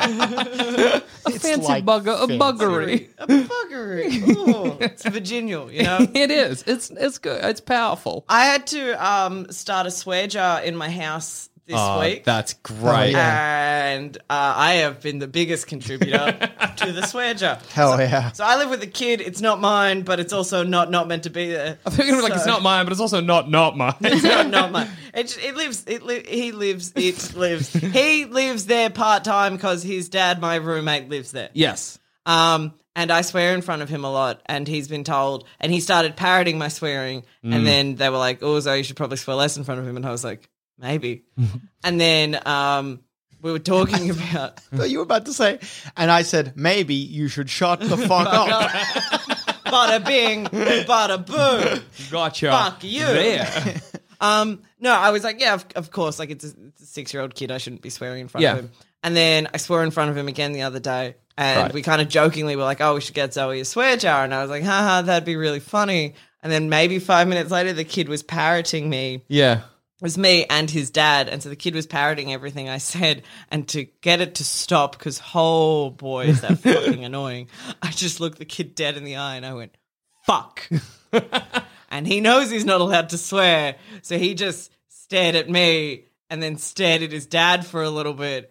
S1: a fancy
S2: like
S1: bugger,
S2: fancy.
S1: a buggery.
S3: A buggery. Ooh, it's Virginial, you know.
S1: It is. It's it's good. It's powerful.
S3: I had to um, start a swear jar in my house this
S2: Oh,
S3: week.
S1: Uh, That's
S3: Oh,
S1: great.
S3: And uh, I have been the biggest contributor to the swear jar.
S2: Hell yeah.
S3: So I live with a kid. It's not mine, but it's also not not meant to be there.
S1: I think like it's not mine, but it's also not not mine.
S3: It's not not mine. It, j- it lives. It li- he lives. It lives. He lives there part time because his dad, my roommate, lives there.
S1: yes.
S3: Um, and I swear in front of him a lot, and he's been told, and he started parroting my swearing, and then they were like, "Oh, Zoe, you should probably swear less in front of him," and I was like, "Maybe." and then um, we were talking about
S2: I thought you were about to say, and I said, maybe you should shut the fuck up.
S3: bada bing, bada boo.
S1: Gotcha.
S3: Fuck you.
S1: There.
S3: Um, no, I was like, yeah, of, of course. Like, it's a, it's a six-year-old kid. I shouldn't be swearing in front
S1: Yeah.
S3: of him. And then I swore in front of him again the other day, and
S1: Right.
S3: we kind of jokingly were like, oh, we should get Zoe a swear jar, and I was like, haha, that'd be really funny. And then maybe five minutes later, the kid was parroting me.
S1: Yeah.
S3: It was me and his dad, and so the kid was parroting everything I said, and to get it to stop, because oh boy, is that fucking annoying. I just looked the kid dead in the eye, and I went, "Fuck," and he knows he's not allowed to swear, so he just stared at me, and then stared at his dad for a little bit,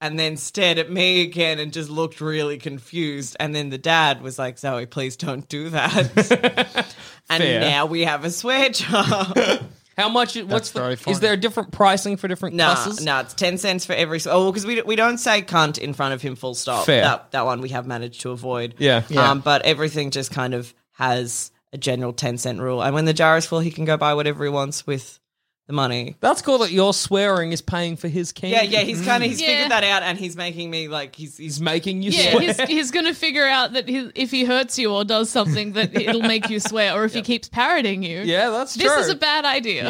S3: and then stared at me again, and just looked really confused, and then the dad was like, "Zoe, please don't do that," and
S1: Fair.
S3: now we have a swear jar.
S1: How much? What's the,
S2: very
S1: is
S2: funny.
S1: there a different pricing for different
S3: No,
S1: classes?
S3: no, it's ten cents for every. Oh, because we we don't say cunt in front of him. Full stop.
S1: Fair.
S3: That that one we have managed to avoid.
S1: Yeah. Yeah.
S3: Um, but everything just kind of has a general ten cent rule, and when the jar is full, he can go buy whatever he wants with the money.
S1: That's cool that your swearing is paying for his candy.
S3: Yeah, yeah. He's kind of he's
S4: Yeah.
S3: figured that out, and he's making me like he's he's
S1: He's making you
S4: Yeah,
S1: swear.
S4: he's, he's going to figure out that he, if he hurts you or does something, that it'll make you swear, or if he keeps parroting you.
S1: Yeah, that's
S4: This
S1: true.
S4: is a bad idea.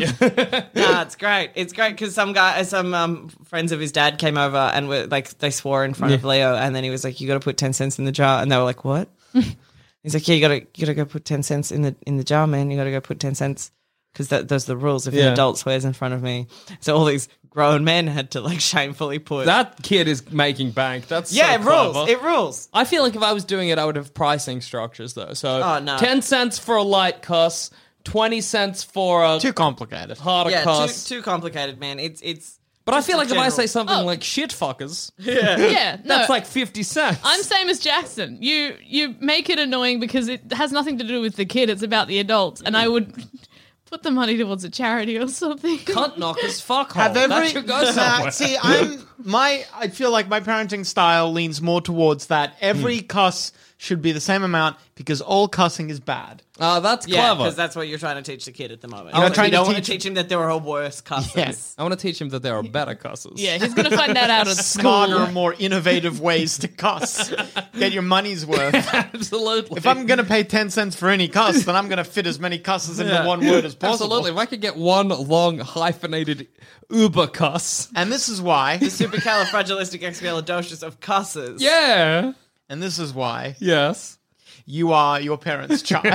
S3: nah, it's great. It's great because some guy, some um, friends of his dad came over and were like, they swore in front of Leo, and then he was like, "You got to put ten cents in the jar," and they were like, "What?" He's like, "Yeah, you got to, you got to go put ten cents in the in the jar, man. You got to go put ten cents because that those are the rules. If
S1: Yeah.
S3: an adult swears in front of me, so all these grown men had to like shamefully put
S1: that kid is making bank. That's so
S3: Yeah, it rules.
S1: clever.
S3: It rules.
S1: I feel like if I was doing it, I would have pricing structures though. So
S3: Oh, no.
S1: ten cents for a light cuss, twenty cents for a
S2: Too complicated.
S1: harder
S3: Yeah, too,
S1: cuss.
S3: too complicated, man. It's it's.
S1: but I feel like if I
S3: general.
S1: say something
S4: Oh.
S1: like shit fuckers,
S4: Yeah, no.
S1: that's like fifty cents.
S4: I'm same as Jackson. You you make it annoying because it has nothing to do with the kid. It's about the adults, and I would put the money towards a charity or something.
S1: cunt knockers. Fuck
S2: Have
S1: That
S2: every
S1: should go
S2: Nah,
S1: somewhere.
S2: see, I'm my. I feel like my parenting style leans more towards that. Every
S1: Hmm.
S2: cuss should be the same amount because all cussing is bad.
S1: Ah, that's
S3: Yeah,
S1: clever.
S3: because that's what you're trying to teach the kid at the moment.
S2: You're
S3: You
S2: not trying to
S3: don't want to
S2: teach-
S3: teach him that there are worse cusses.
S1: I want to teach him that there are better cusses.
S4: Yeah, he's gonna find that out at school.
S2: Smarter, more innovative ways to cuss. Get your money's worth.
S1: absolutely.
S2: If I'm gonna pay ten cents for any cuss, then I'm gonna fit as many cusses into one word as possible.
S1: Absolutely. If I could get one long hyphenated uber cuss.
S2: And this is why.
S3: Supercalifragilisticexpialidocious of cusses.
S1: Yeah.
S2: And this is why
S1: Yes.
S2: you are your parents' child.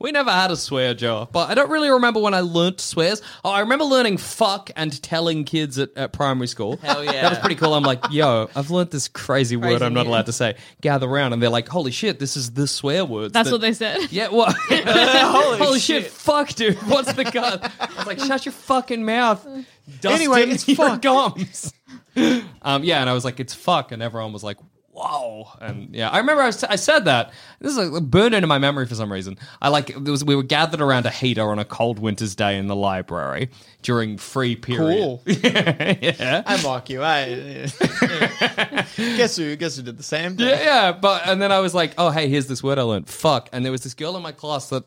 S1: We never had a swear jar, but I don't really remember when I learnt swears. Oh, I remember learning fuck and telling kids at, at primary school.
S3: Hell yeah.
S1: That was pretty cool. I'm like, yo, I've learnt this crazy, word
S3: Crazy
S1: I'm not
S3: new.
S1: allowed to say. Gather round, and they're like, holy shit, this is the swear word.
S4: That's what they said.
S1: Yeah, what? holy shit.
S3: shit.
S1: fuck, dude. What's the gun? I was like, shut your fucking mouth. Dustin,
S2: Anyway, it's
S1: your
S2: fuck.
S1: gums. um, yeah, and I was like, it's fuck, and everyone was like, whoa. And yeah, I remember I, was, I said that. This is like, burned into my memory for some reason. I like it was we were gathered around a heater on a cold winter's day in the library during free period.
S2: cool. I mock you. I guess who? Guess who did the same?
S1: Yeah, yeah, but and then I was like, oh hey, here's this word I learned. Fuck. And there was this girl in my class that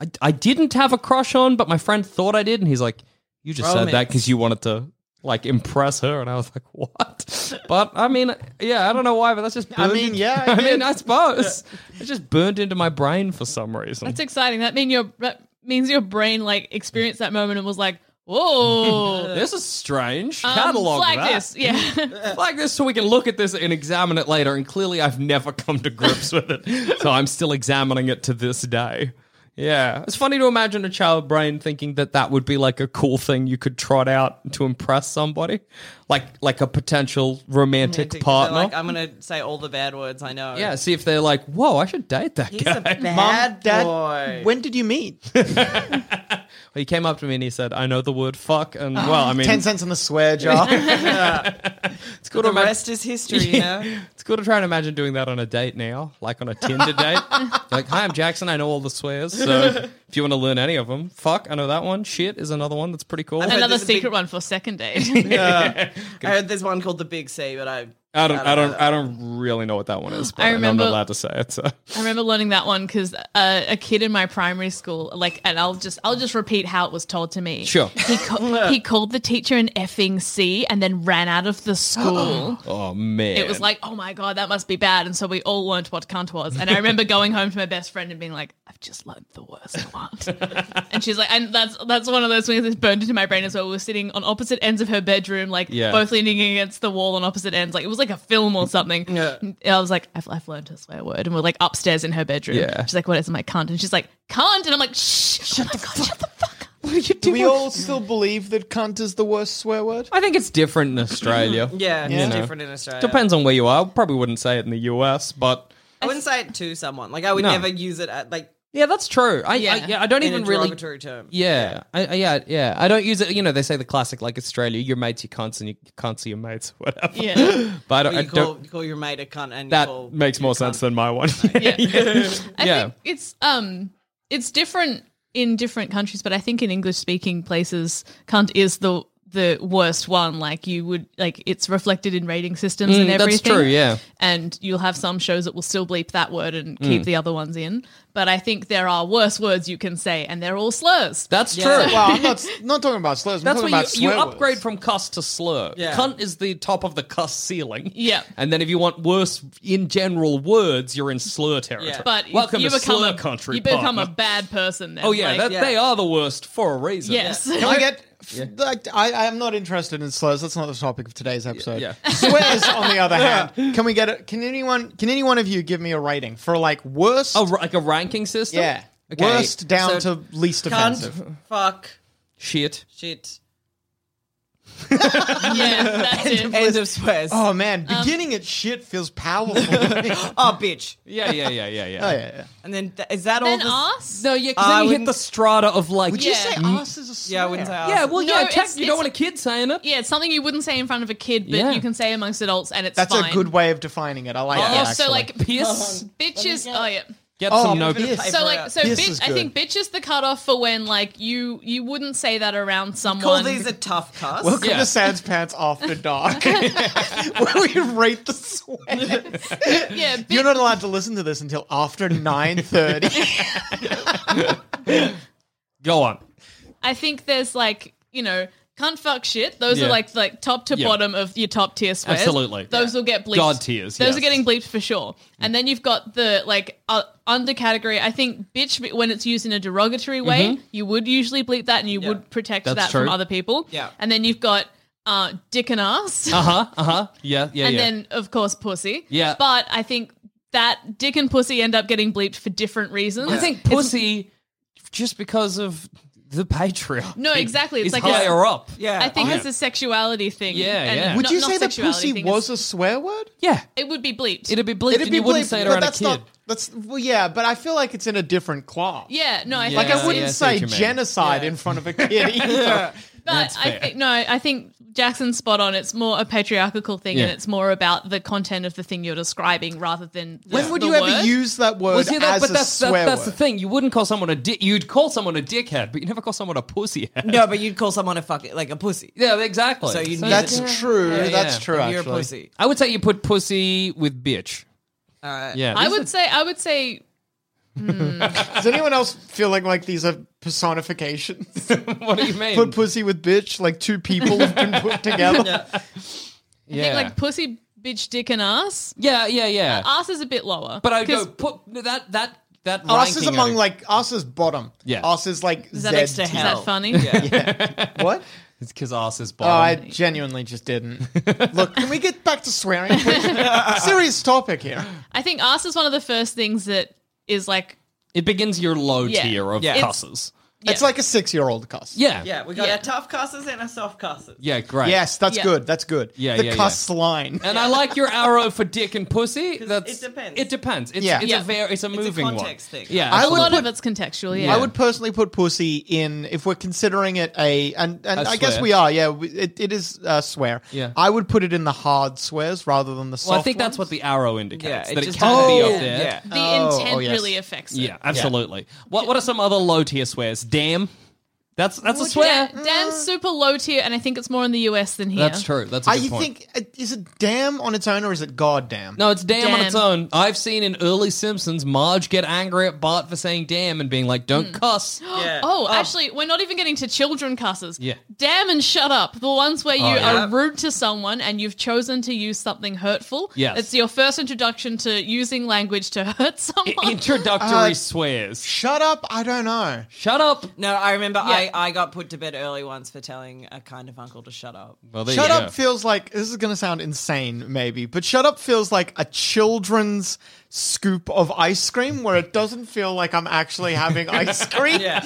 S1: I, I didn't have a crush on, but my friend thought I did, and he's like, you just said that
S3: Romance.
S1: because you wanted to like impress her, and I was like, what? But I mean, yeah, I don't know why, but that's just.
S2: I
S1: Burned
S2: mean,
S1: in-
S2: yeah,
S1: I
S2: it
S1: mean,
S2: did.
S1: I suppose it just burned into my brain for some reason.
S4: That's exciting. That mean your that means your brain like experienced that moment and was like, "Whoa,
S1: this is strange.
S4: um,
S1: Catalog
S4: flag
S1: that.
S4: this." Yeah,
S1: like this so we can look at this and examine it later. And clearly, I've never come to grips with it. So I'm still examining it to this day. Yeah. It's funny to imagine a child brain thinking that that would be like a cool thing you could trot out to impress somebody, like like a potential romantic,
S3: They're
S1: partner.
S3: Like, I'm gonna say all the bad words I know.
S1: yeah, see if they're like, whoa, I should date that
S3: he's
S1: guy.
S3: a bad
S2: Mom, Dad,
S3: boy.
S2: when did you meet?
S1: He came up to me and he said, "I know the word fuck," and well, I mean,
S2: Ten cents in the swear jar.
S1: it's cool to
S3: The
S1: imagine-
S3: rest is history, you know?
S1: It's cool to try and imagine doing that on a date now, like on a Tinder date. like, hi, I'm Jackson. I know all the swears. So if you want to learn any of them, fuck, I know that one. Shit is another one that's pretty cool. I don't,
S4: Another
S3: there's a big-
S4: secret one for second date.
S3: I heard there's one called the Big C, but I
S1: I don't, I don't, really know what that one is. But
S4: I
S1: I am
S4: remember-
S1: not allowed to say it. So
S4: I remember learning that one because uh, a kid in my primary school, like, and I'll just I'll just repeat how it was told to me.
S1: Sure.
S4: He ca- he called the teacher an effing C and then ran out of the school.
S1: oh man,
S4: it was like, oh my god, that must be bad. And so we all learned what cunt was. And I remember going home to my best friend and being like, I've just learned the worst one. and she's like, and that's that's one of those things that's burned into my brain as well. We were sitting on opposite ends of her bedroom, like
S1: Yeah.
S4: both leaning against the wall on opposite ends. Like it was like a film or something. And I was like, I've, I've learned a swear word. And we're like upstairs in her bedroom.
S1: Yeah.
S4: She's like, what is it? I'm like, cunt. And she's like, cunt. And I'm like, shh, shut, the, God, shut the fuck up. What are you
S2: Do we all still believe that cunt is the worst swear word?
S1: I think it's different in Australia.
S3: yeah,
S1: You
S3: it's
S1: know.
S3: different in Australia.
S1: Depends on where you are. Probably wouldn't say it in the US, but
S3: I wouldn't say it to someone. Like I would
S1: No.
S3: never use it at like
S1: yeah, that's true. I, yeah,
S4: Yeah.
S1: I, yeah, I don't
S3: in
S1: even
S3: a
S1: really
S3: derogatory term.
S1: Yeah, I, I- yeah, yeah. I don't use it. You know, they say the classic like Australia, your mates, you cunts, and you can't see your mates, whatever.
S4: Yeah.
S1: but I don't.
S3: Or
S1: I
S3: you call,
S1: don't
S3: you call your mate a cunt and you
S1: that
S3: call
S1: makes more sense than my one. yeah,
S4: I
S1: Yeah.
S4: think it's um it's different in different countries, but I think in English speaking places, cunt is the the worst one. Like you would like it's reflected in rating systems and
S1: Mm, that's
S4: everything.
S1: true, yeah. Mm.
S4: And you'll have some shows that will still bleep that word and keep the other ones in. But I think there are worse words you can say and they're all slurs.
S1: that's true.
S2: Well, I'm not not talking about slurs. I'm
S1: That's
S2: talking
S1: where
S2: about
S1: you, you
S2: swear
S1: upgrade
S2: words.
S1: from cuss to slur.
S3: Yeah.
S1: Cunt is the top of the cuss ceiling.
S4: Yeah.
S1: And then if you want worse in general words, you're in slur territory.
S3: Yeah.
S4: but
S1: Welcome
S4: you
S1: to
S4: become
S1: slur
S4: a
S1: country.
S4: You become
S1: partner.
S4: a bad person then.
S1: Oh yeah,
S4: Like,
S1: that,
S3: Yeah.
S1: they are the worst for a reason.
S4: yes.
S2: Can I get? f- Like, I, I am not interested in slurs. That's not the topic of today's episode.
S1: yeah.
S2: Swears, on the other hand, can we get? A, can anyone? Can any one of you give me a rating for like worst?
S1: Oh, like a ranking system.
S2: yeah,
S1: Okay.
S2: worst down
S3: so
S2: to least offensive.
S3: cunt, fuck,
S1: Shit.
S3: shit.
S4: yeah, that's it.
S3: End of swears. Oh,
S2: Oh man, beginning at shit feels powerful. to me. oh
S3: bitch.
S1: Yeah, yeah, yeah, yeah, yeah.
S2: yeah, yeah.
S3: And then th- is that all?
S4: Then
S3: the-
S4: us?
S1: No, yeah, because
S3: I
S1: then you hit
S3: wouldn't-
S1: the strata of like.
S2: Would you
S4: Yeah.
S2: say ass is a swear?
S3: yeah, I wouldn't say. ass.
S1: Yeah, well,
S4: No,
S1: yeah, tech,
S4: it's-
S1: you don't
S4: it's-
S1: want a kid saying it.
S4: Yeah, it's something you wouldn't say in front of a kid, but
S1: Yeah.
S4: you can say amongst adults and it's
S2: That's
S4: fine.
S2: a good way of defining it. I like that.
S4: Yeah,
S2: actually.
S4: Oh, so like
S1: Piss.
S4: bitches. Oh yeah.
S1: Get
S2: Oh,
S1: some no
S2: even if
S1: piss.
S3: I-
S4: So like so
S2: This is
S4: bitch, I
S2: good.
S4: think bitch is the cutoff for when like you you wouldn't say that around someone.
S3: Call these a tough cuss.
S2: Welcome
S1: Yeah.
S2: to Sans Pants After Dark, where we rate the sweat.
S4: yeah, bit-
S2: You're not allowed to listen to this until after nine thirty.
S1: Go on.
S4: I think there's like you know cunt fuck shit. Those
S1: Yeah.
S4: are like like top to
S1: Yeah.
S4: bottom of your top tier swears.
S1: Absolutely.
S4: those will get bleeped.
S1: God tiers,
S4: Those
S1: yes.
S4: are getting bleeped for sure. And then you've got the like uh, under category. I think bitch when it's used in a derogatory way, you would usually bleep that and you would protect
S1: Mm-hmm. That's
S4: that
S1: true.
S4: from other people.
S3: Yeah.
S4: And then you've got uh, dick and ass.
S1: Uh huh. Uh huh. Yeah. Yeah.
S4: and
S1: yeah.
S4: then of course pussy.
S1: Yeah.
S4: But I think that dick and pussy end up getting bleeped for different reasons.
S1: I think pussy, just because of the Patreon.
S4: No, exactly. It's
S1: is
S4: like a-
S1: higher up.
S3: yeah,
S4: I think it's a sexuality thing.
S1: Yeah,
S4: and
S1: yeah.
S2: Would
S4: not-
S2: you
S4: not
S2: say that
S4: sexuality
S2: pussy
S4: thing,
S2: was
S4: it's-
S2: a swear word?
S1: Yeah.
S4: It would be bleeped.
S1: It'd be bleeped, and you wouldn't
S2: bleeped,
S1: say it
S2: but
S1: around a
S2: that's
S1: kid.
S2: Not, that's well, yeah, but I feel like it's in a different class.
S4: yeah, no, I
S1: Yeah,
S2: Like
S4: think
S2: I wouldn't
S1: yeah, I see what
S2: say
S1: you mean.
S2: genocide in front of a kid either.
S4: But I
S1: fair.
S4: think no, I think Jackson's spot on. It's more a patriarchal thing,
S1: Yeah.
S4: and it's more about the content of the thing you're describing rather than the,
S2: when would
S4: the
S2: you
S4: word.
S2: ever use that word
S1: Well, see, that,
S2: as
S1: but
S2: a
S1: that's that,
S2: swear
S1: that's the
S2: word?
S1: thing. You wouldn't call someone a dick. You'd call someone a dickhead, but you never call someone a pussyhead.
S3: no, but you'd call someone a fucking like a pussy.
S1: Yeah, exactly.
S3: So you need-
S2: That's true.
S1: Yeah,
S2: that's
S1: yeah.
S2: true.
S3: You're
S2: actually.
S3: a pussy.
S1: I would say you put pussy with bitch.
S3: All right.
S1: Yeah,
S4: I
S1: these
S4: would say I would say
S2: Does anyone else feeling like these are personifications?
S1: are- What do you mean?
S2: Put pussy with bitch, like two people have been put together.
S1: yeah.
S4: I think like pussy, bitch, dick, and ass.
S1: yeah, yeah, yeah.
S4: Ass is a bit lower,
S1: But I'd
S4: 'cause
S1: go put that that that
S2: Us is
S1: ranking
S2: among
S1: I'd-
S2: like us is bottom.
S1: Yeah.
S2: us is like
S4: is that
S2: Zed
S4: is
S2: tier.
S4: that funny?
S2: What?
S1: it's because ass is
S2: Oh, I
S1: bottom.
S2: genuinely just didn't. Look, can we get back to swearing? please? Serious topic here.
S4: I think ass is one of the first things that is like
S1: it begins your low
S4: Yeah.
S1: tier of
S3: Yeah.
S1: cusses.
S2: It's like a six year old cuss.
S1: Yeah.
S3: Yeah, we got
S4: Yeah.
S3: our tough cusses and our soft cusses.
S1: Yeah, great.
S2: Yes, that's
S4: Yeah.
S2: good. That's good.
S1: Yeah,
S2: the
S1: yeah, yeah.
S2: cuss line.
S1: And I like your arrow for dick and pussy. That's
S3: it depends.
S1: It depends. It's,
S2: Yeah.
S1: it's
S4: Yeah.
S1: a ver- it's a moving
S3: context
S1: one.
S3: thing.
S1: Yeah,
S2: I
S4: a
S2: would
S4: lot
S2: put-
S4: of it's contextual. Yeah.
S2: I would personally put pussy in if we're considering it a and and
S1: A
S2: I guess
S1: swear.
S2: we are. Yeah, we- it, it is a swear.
S1: Yeah.
S2: I would put it in the hard swears rather than the soft.
S1: Well, I think that's
S2: ones.
S1: what the arrow indicates.
S3: Yeah, it
S1: that it
S3: just
S1: can be
S3: depends.
S1: up there.
S3: Yeah.
S4: The
S2: Oh,
S4: intent
S2: oh, yes.
S4: really affects it.
S1: Yeah, absolutely. What What are some other low tier swears? Damn, that's that's a swear.
S4: Da-
S2: Mm.
S4: damn super low tier, and I think it's more in the US than here.
S1: That's true. That's a
S2: I
S1: good point.
S2: think uh, is it damn on its own or is it goddamn?
S1: no, it's damn, on
S4: Damn.
S1: its own. I've seen in early Simpsons Marge get angry at Bart for saying damn and being like,
S4: Hmm.
S1: "Don't cuss."
S3: Yeah.
S4: Oh, actually, we're not even getting to children cusses.
S1: Yeah. Oh,
S4: Damn and shut up. The ones where you
S1: yeah.
S4: are rude to someone and you've chosen to use something hurtful.
S1: Yes.
S4: It's your first introduction to using language to hurt someone.
S1: I- Introductory swears.
S2: Shut up! I don't know.
S1: Shut up.
S3: No, I remember I, I got put to bed early once for telling a kind of uncle to shut up.
S1: Well, there
S2: Shut
S1: you
S2: up
S1: go.
S2: feels like this is going to sound insane, maybe, but shut up feels like a children's scoop of ice cream where it doesn't feel like I'm actually having ice cream.
S3: Yeah.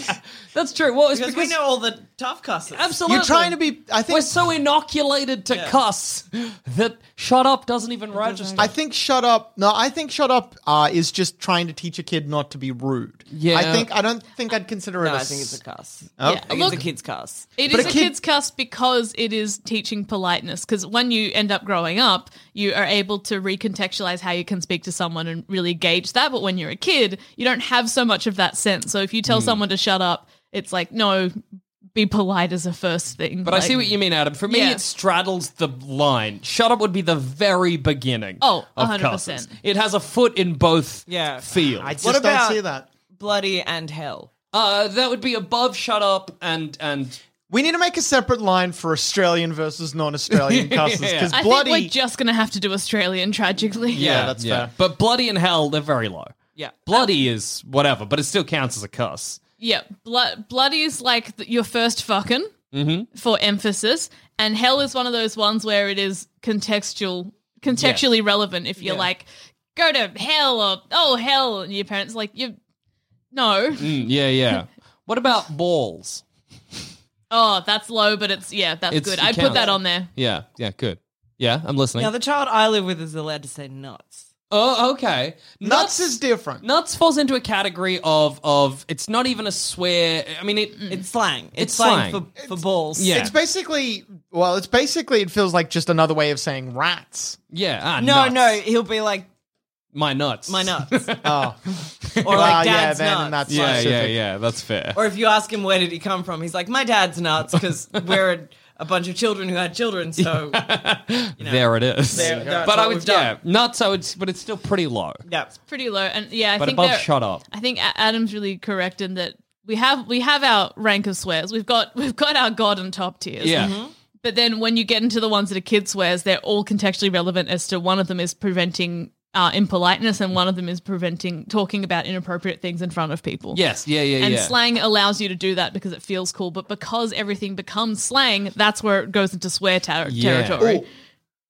S1: That's true. Well, it's
S3: because
S1: because,
S3: we know all the tough cusses.
S1: absolutely
S2: You're trying to be. I
S1: We're
S2: think.
S1: so inoculated to cuss that shut up doesn't even register.
S2: I think shut up. No, I think shut up uh, is just trying to teach a kid not to be rude.
S1: Yeah.
S2: I think I don't think I'd consider it.
S3: No,
S2: a
S3: I think
S2: s-
S3: it's a cuss.
S4: Yeah,
S3: I think
S4: Look,
S3: it's a kid's cuss.
S4: It
S2: But
S4: is
S2: a
S4: a,
S2: kid-
S4: kid's cuss because it is teaching politeness. Because when you end up growing up, you are able to recontextualize how you can speak to someone and really gauge that. But when you're a kid, you don't have so much of that sense. So if you
S2: Hmm.
S4: tell someone to shut up, it's like, no, be polite as a first thing.
S1: But I see what you mean, Adam. For me,
S4: Yeah.
S1: it straddles the line. Shut up would be the very beginning.
S4: Oh,
S1: of
S4: 100%.
S1: cusses. It has a foot in both
S3: Yeah.
S1: fields.
S2: I just
S3: What about-
S2: don't see that.
S3: Bloody and hell.
S1: uh, that would be above shut up and and
S2: We need to make a separate line for Australian versus non-Australian cusses because
S4: I
S2: bloody.
S4: think we're just going to have to do Australian, tragically.
S2: that's fair.
S1: But bloody and hell, they're very low.
S3: Yeah.
S1: Bloody is whatever, but it still counts as a cuss.
S4: Yeah, blood, bloody is like th- your first fucking
S1: Mm-hmm.
S4: for emphasis, and hell is one of those ones where it is contextual, contextually relevant. If you're like, go to hell or oh hell, and your parents are like you, no,
S1: Mm, yeah, yeah. what about balls?
S4: oh that's low, but it's yeah that's
S1: It's-
S4: good.
S1: it
S4: I
S1: counts.
S4: put that on there.
S1: Yeah, yeah, good. Yeah, I'm listening.
S3: Now, the child I live with is allowed to say nuts.
S1: oh, okay.
S2: Nuts is different.
S1: Nuts falls into a category of of it's not even a swear. I mean, it
S3: It's
S1: it's
S3: slang. It's,
S1: It's
S3: slang,
S1: slang.
S3: for, for balls.
S1: yeah.
S2: It's basically well, it's basically it feels like just another way of saying rats.
S1: yeah. Ah,
S3: No,
S1: nuts.
S3: no, he'll be like,
S1: my nuts,
S3: my nuts.
S2: Oh,
S3: Or
S2: Well,
S3: like,
S2: yeah,
S3: dad's
S2: then
S3: nuts.
S2: that's
S1: Yeah, yeah,
S2: specific.
S1: yeah. That's fair.
S3: Or if you ask him where did he come from, he's like, my dad's nuts because we're a, a bunch of children who had children. So
S1: there it is.
S3: There- that's
S1: but
S3: what
S1: I would
S3: we've done.
S1: yeah nuts. I would, but it's still pretty low.
S3: yeah,
S4: Pretty low, and yeah, I
S1: But
S4: think
S1: above
S4: they're-
S1: shut up.
S4: I think A- Adam's really correct in that we have we have our rank of swears. We've got we've got our god and top tiers.
S1: Yeah.
S3: Mm-hmm.
S4: But then when you get into the ones that a kid swears, they're all contextually relevant as to one of them is preventing uh, impoliteness and one of them is preventing talking about inappropriate things in front of people.
S1: Yes. Yeah. Yeah.
S4: And
S1: yeah.
S4: slang allows you to do that because it feels cool, but because everything becomes slang, that's where it goes into swear ter-
S1: Yeah.
S4: territory.
S2: Ooh,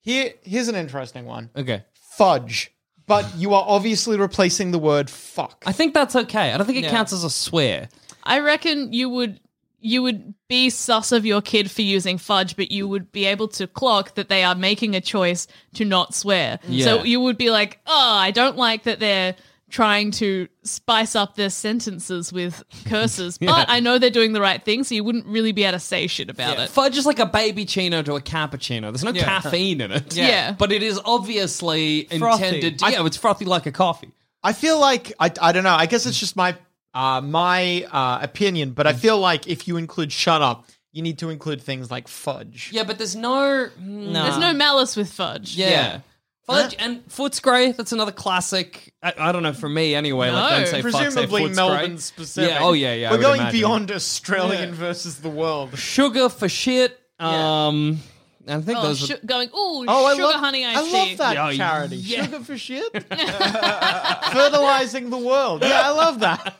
S2: here, here's an interesting one:
S1: Okay.
S2: fudge. But you are obviously replacing the word fuck.
S1: I think that's okay. I don't think it counts as a swear.
S4: I reckon you would you would be sus of your kid for using fudge, but you would be able to clock that they are making a choice to not swear.
S2: Mm.
S1: Yeah.
S4: So you would be like, oh, I don't like that they're trying to spice up their sentences with curses, but I know they're doing the right thing, so you wouldn't really be able to say shit about it.
S1: Fudge is like a baby chino to a cappuccino. There's no caffeine in it.
S4: Yeah. Yeah.
S1: But it is obviously
S3: Frothy.
S1: intended. To, yeah, it's frothy like a coffee.
S2: I feel like I, I don't know. I guess it's just my uh, my uh, opinion, but I feel like if you include shut up, you need to include things like fudge.
S1: Yeah, but there's no. mm,
S4: There's
S2: Ah.
S4: no malice with fudge.
S1: Yeah. Fudge and Footscray, that's another classic. I, I don't know, for me anyway. like,
S4: No.
S1: don't say
S2: Presumably
S1: fuck, say Footscray.
S2: Melbourne specific.
S1: Yeah, oh, yeah, yeah. I
S2: We're
S1: would
S2: going
S1: imagine.
S2: beyond Australian versus the world.
S1: Sugar for shit.
S3: Yeah.
S1: Um, I think
S4: Oh,
S1: those
S4: sh-
S1: are.
S4: going, ooh,
S2: Oh,
S4: sugar
S2: I love,
S4: honey iced
S2: I love
S4: tea."
S2: that
S1: Yeah,
S2: charity.
S1: yeah.
S2: Sugar for shit, fertilizing the world. Yeah, I love that.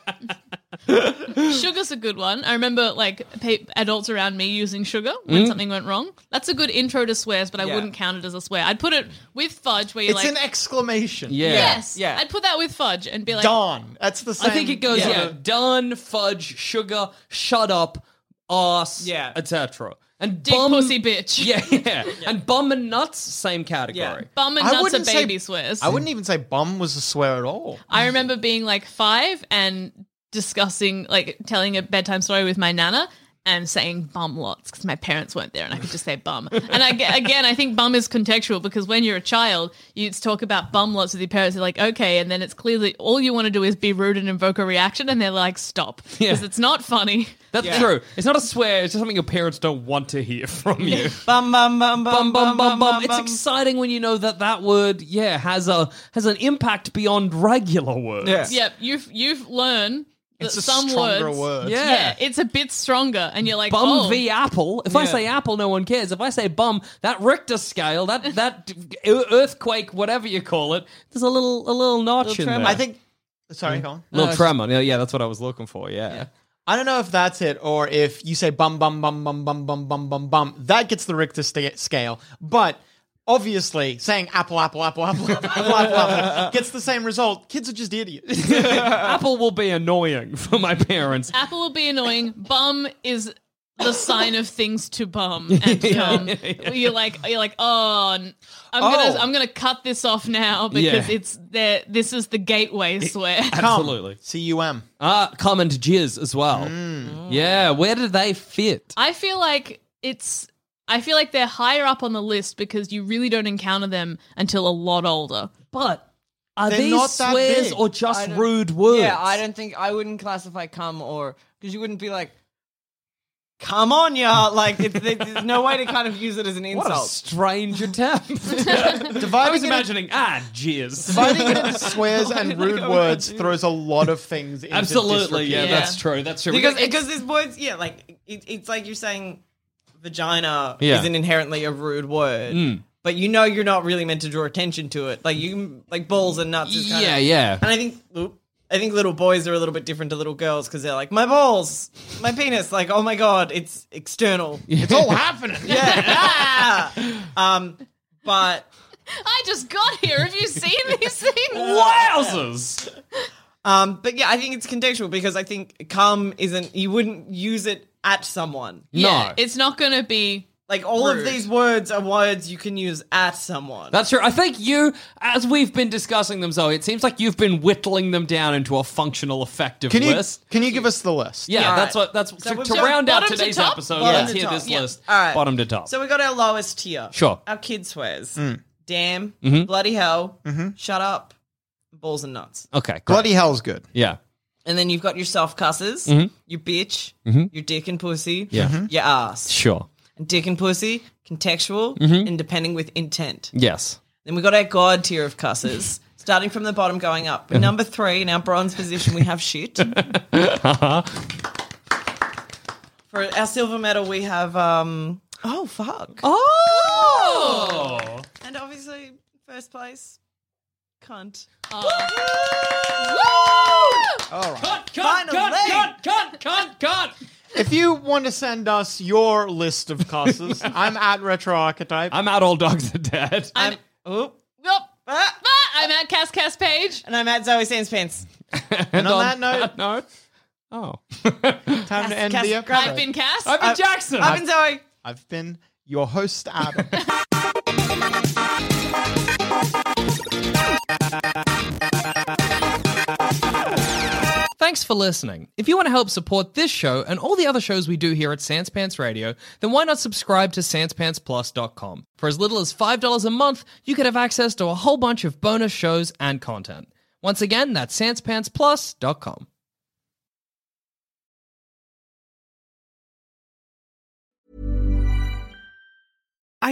S4: Sugar's a good one. I remember like pe- adults around me using sugar when
S2: Mm.
S4: something went wrong. That's a good intro to swears, but I
S3: Yeah.
S4: wouldn't count it as a swear. I'd put it with fudge, where you're
S2: It's
S4: like,
S2: an exclamation.
S1: Yeah.
S4: yes,
S3: Yeah.
S4: I'd put that with fudge and be like,
S2: Dawn. That's the
S1: I
S2: same.
S1: think it goes yeah. done fudge sugar shut up ass
S3: Yeah.
S1: etc. And
S4: dick
S1: bum
S4: pussy bitch.
S1: Yeah, yeah, and bum and nuts same category.
S4: Bum and
S2: I
S4: nuts are
S2: wouldn't say-
S4: baby swears.
S2: I wouldn't even say bum was a swear at all.
S4: I remember being like five and discussing, like telling a bedtime story with my nana and saying bum lots because my parents weren't there and I could just say bum. And I, ge- again, I think bum is contextual because when you're a child, you just talk about bum lots with your parents. They're like, okay. And then it's clearly all you want to do is be rude and invoke a reaction. And they're like, stop because
S1: Yeah.
S4: it's not funny.
S1: That's true. It's not a swear. It's just something your parents don't want to hear from you.
S3: Bum bum bum
S1: bum bum
S3: bum
S1: bum bum. It's exciting when you know that that word, yeah, has a has an impact beyond regular words.
S3: Yeah.
S4: Yep. You've, you've learned that
S2: It's a
S4: some
S2: stronger
S4: words.
S2: word.
S1: Yeah.
S4: Yeah, it's a bit stronger, and you're like,
S1: Bum
S4: oh,
S1: v apple. If I
S3: Yeah.
S1: say apple, no one cares. If I say bum, that Richter scale, that that earthquake, whatever you call it, there's a little a little notch in there.
S2: I think.
S1: Mm-hmm.
S2: Sorry, go on.
S1: little tremor. Yeah, yeah, that's what I was looking for. Yeah.
S2: I don't know if that's it or if you say bum bum bum bum bum bum bum bum bum. That gets the Richter sta- scale, but obviously saying apple apple apple apple apple apple, apple, apple gets the same result. Kids are just idiots.
S1: Apple will be annoying for my parents.
S4: Apple will be annoying. Bum is the sign of things to bum and come. You're like you're like oh, n- I'm
S2: Oh.
S4: gonna I'm gonna cut this off now because
S1: Yeah.
S4: it's there. This is the gateway swear.
S1: Absolutely.
S2: C U M.
S1: Ah, comment jizz as well. Yeah, where do they fit?
S4: I feel like it's. I feel like they're higher up on the list because you really don't encounter them until a lot older.
S1: But are
S2: They're
S1: these
S2: not that
S1: swears
S2: big.
S1: or just
S3: I don't-
S1: rude words?
S3: Yeah, I don't think I wouldn't classify cum or because you wouldn't be like, "Come on, y'all!" Like, it, there- there's no way to kind of use it as an
S1: What a
S3: insult.
S1: strange attempt. I was
S2: Dividing, it,
S1: imagining, ah, jizz.
S2: dividing it into swears and rude words throws a lot of things into
S1: Absolutely, yeah,
S4: Yeah.
S1: that's true. That's true.
S3: because
S1: We got-
S3: because this words, yeah, like it, it's like you're saying vagina
S1: Yeah. Mm.
S3: isn't inherently a rude word, but you know you're not really meant to draw attention to it. Like you, like balls and nuts. Is kind
S1: yeah,
S3: of,
S1: yeah.
S3: And I think oop, I think little boys are a little bit different to little girls because they're like my balls, my penis. Like oh my god, it's external.
S2: It's all happening. Yeah.
S3: Ah! um, but
S4: I just got here. Have you seen these things?
S1: Wowzers!
S3: um, but yeah, I think it's contextual because I think cum isn't. You wouldn't use it at someone.
S4: Yeah,
S1: No.
S4: it's not gonna be.
S3: Like all
S4: Rude.
S3: of these words are words you can use at someone.
S1: That's true. I think you, as we've been discussing them, Zoe, it seems like you've been whittling them down into a functional, effective
S2: Can you
S1: list.
S2: can you give us the list?
S1: Yeah,
S3: Yeah.
S1: that's what. That's to,
S3: we've
S1: to
S3: done
S1: round out
S4: bottom to
S1: today's
S4: top?
S1: episode.
S3: Bottom
S1: let's
S3: to
S1: hear
S3: top.
S1: this
S4: Yeah.
S1: list.
S3: All right.
S1: Bottom to top.
S3: so we got our lowest tier.
S1: Sure.
S3: Our kid swears. Damn. Bloody hell. Shut up. Balls and nuts.
S1: okay. Great.
S2: Bloody hell's good.
S1: Yeah.
S3: And then you've got your self cusses, your bitch, your dick and pussy,
S1: Yeah.
S3: your ass.
S1: Sure.
S3: And dick and pussy, contextual and depending with intent.
S1: Yes.
S3: Then we got our god tier of cusses, starting from the bottom going up. But number three in our bronze position, we have shit. For our silver medal, we have um oh fuck,
S1: Oh.
S3: and obviously first place, cunt.
S1: Oh.
S2: All right.
S1: Cut, cut, cut,
S3: Finally.
S1: cut, cut, cut, cut.
S2: If you want to send us your list of cusses, I'm at Retro Archetype.
S1: I'm out. All dogs are dead.
S3: I'm oh,
S4: Nope.
S3: ah,
S4: Ah, I'm at Cass Cass Page.
S3: and I'm at Zoe Sans Pants.
S2: and on, that note,
S1: no. Oh.
S2: time to end
S3: Cass-
S2: the
S3: Cass-
S2: episode.
S4: I've been Cass.
S1: I've been Jackson.
S3: Up and Zoe.
S2: I've been your host, Adam.
S1: Thanks for listening. If you want to help support this show and all the other shows we do here at Sans Pants Radio, then why not subscribe to SansPantsPlus.com? For as little as $5 a month, you could have access to a whole bunch of bonus shows and content. Once again, that's SansPantsPlus.com.
S6: Are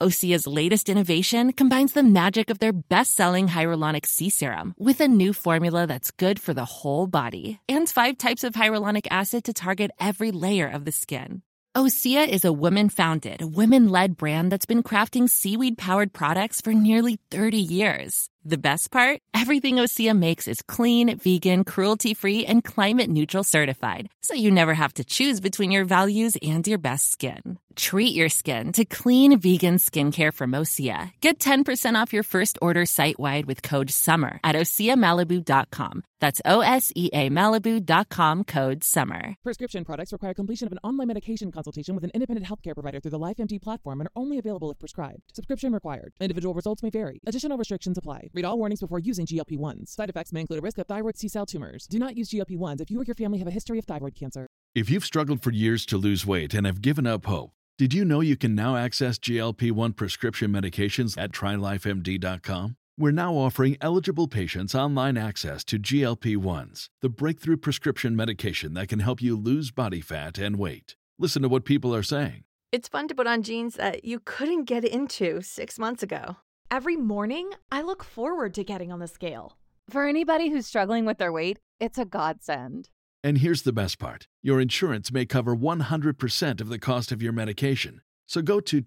S6: Osea's latest innovation combines the magic of their best selling hyaluronic sea serum with a new formula that's good for the whole body and five types of hyaluronic acid to target every layer of the skin. Osea is a women founded, women led brand that's been crafting seaweed powered products for nearly 30 years. The best part? Everything Osea makes is clean, vegan, cruelty free, and climate neutral certified, so you never have to choose between your values and your best skin. Treat your skin to clean vegan skincare from Osea. Get 10% off your first order site wide with code SUMMER at OseaMalibu.com. That's O S E A Malibu.com code SUMMER.
S7: Prescription products require completion of an online medication consultation with an independent healthcare provider through the LifeMD platform and are only available if prescribed. Subscription required. Individual results may vary. Additional restrictions apply. Read all warnings before using GLP-1s. Side effects may include a risk of thyroid C-cell tumors. Do not use GLP-1s if you or your family have a history of thyroid cancer.
S8: If you've struggled for years to lose weight and have given up hope, did you know you can now access GLP 1 prescription medications at trylifemd.com? We're now offering eligible patients online access to GLP 1s, the breakthrough prescription medication that can help you lose body fat and weight. Listen to what people are saying.
S9: It's fun to put on jeans that you couldn't get into six months ago.
S10: Every morning, I look forward to getting on the scale. For anybody who's struggling with their weight, it's a godsend.
S8: And here's the best part your insurance may cover 100% of the cost of your medication. So go to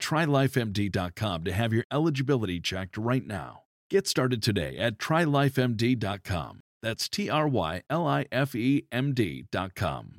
S8: trylifemd.com to have your eligibility checked right now. Get started today at trylifemd.com. That's T R Y L I F E M D.com.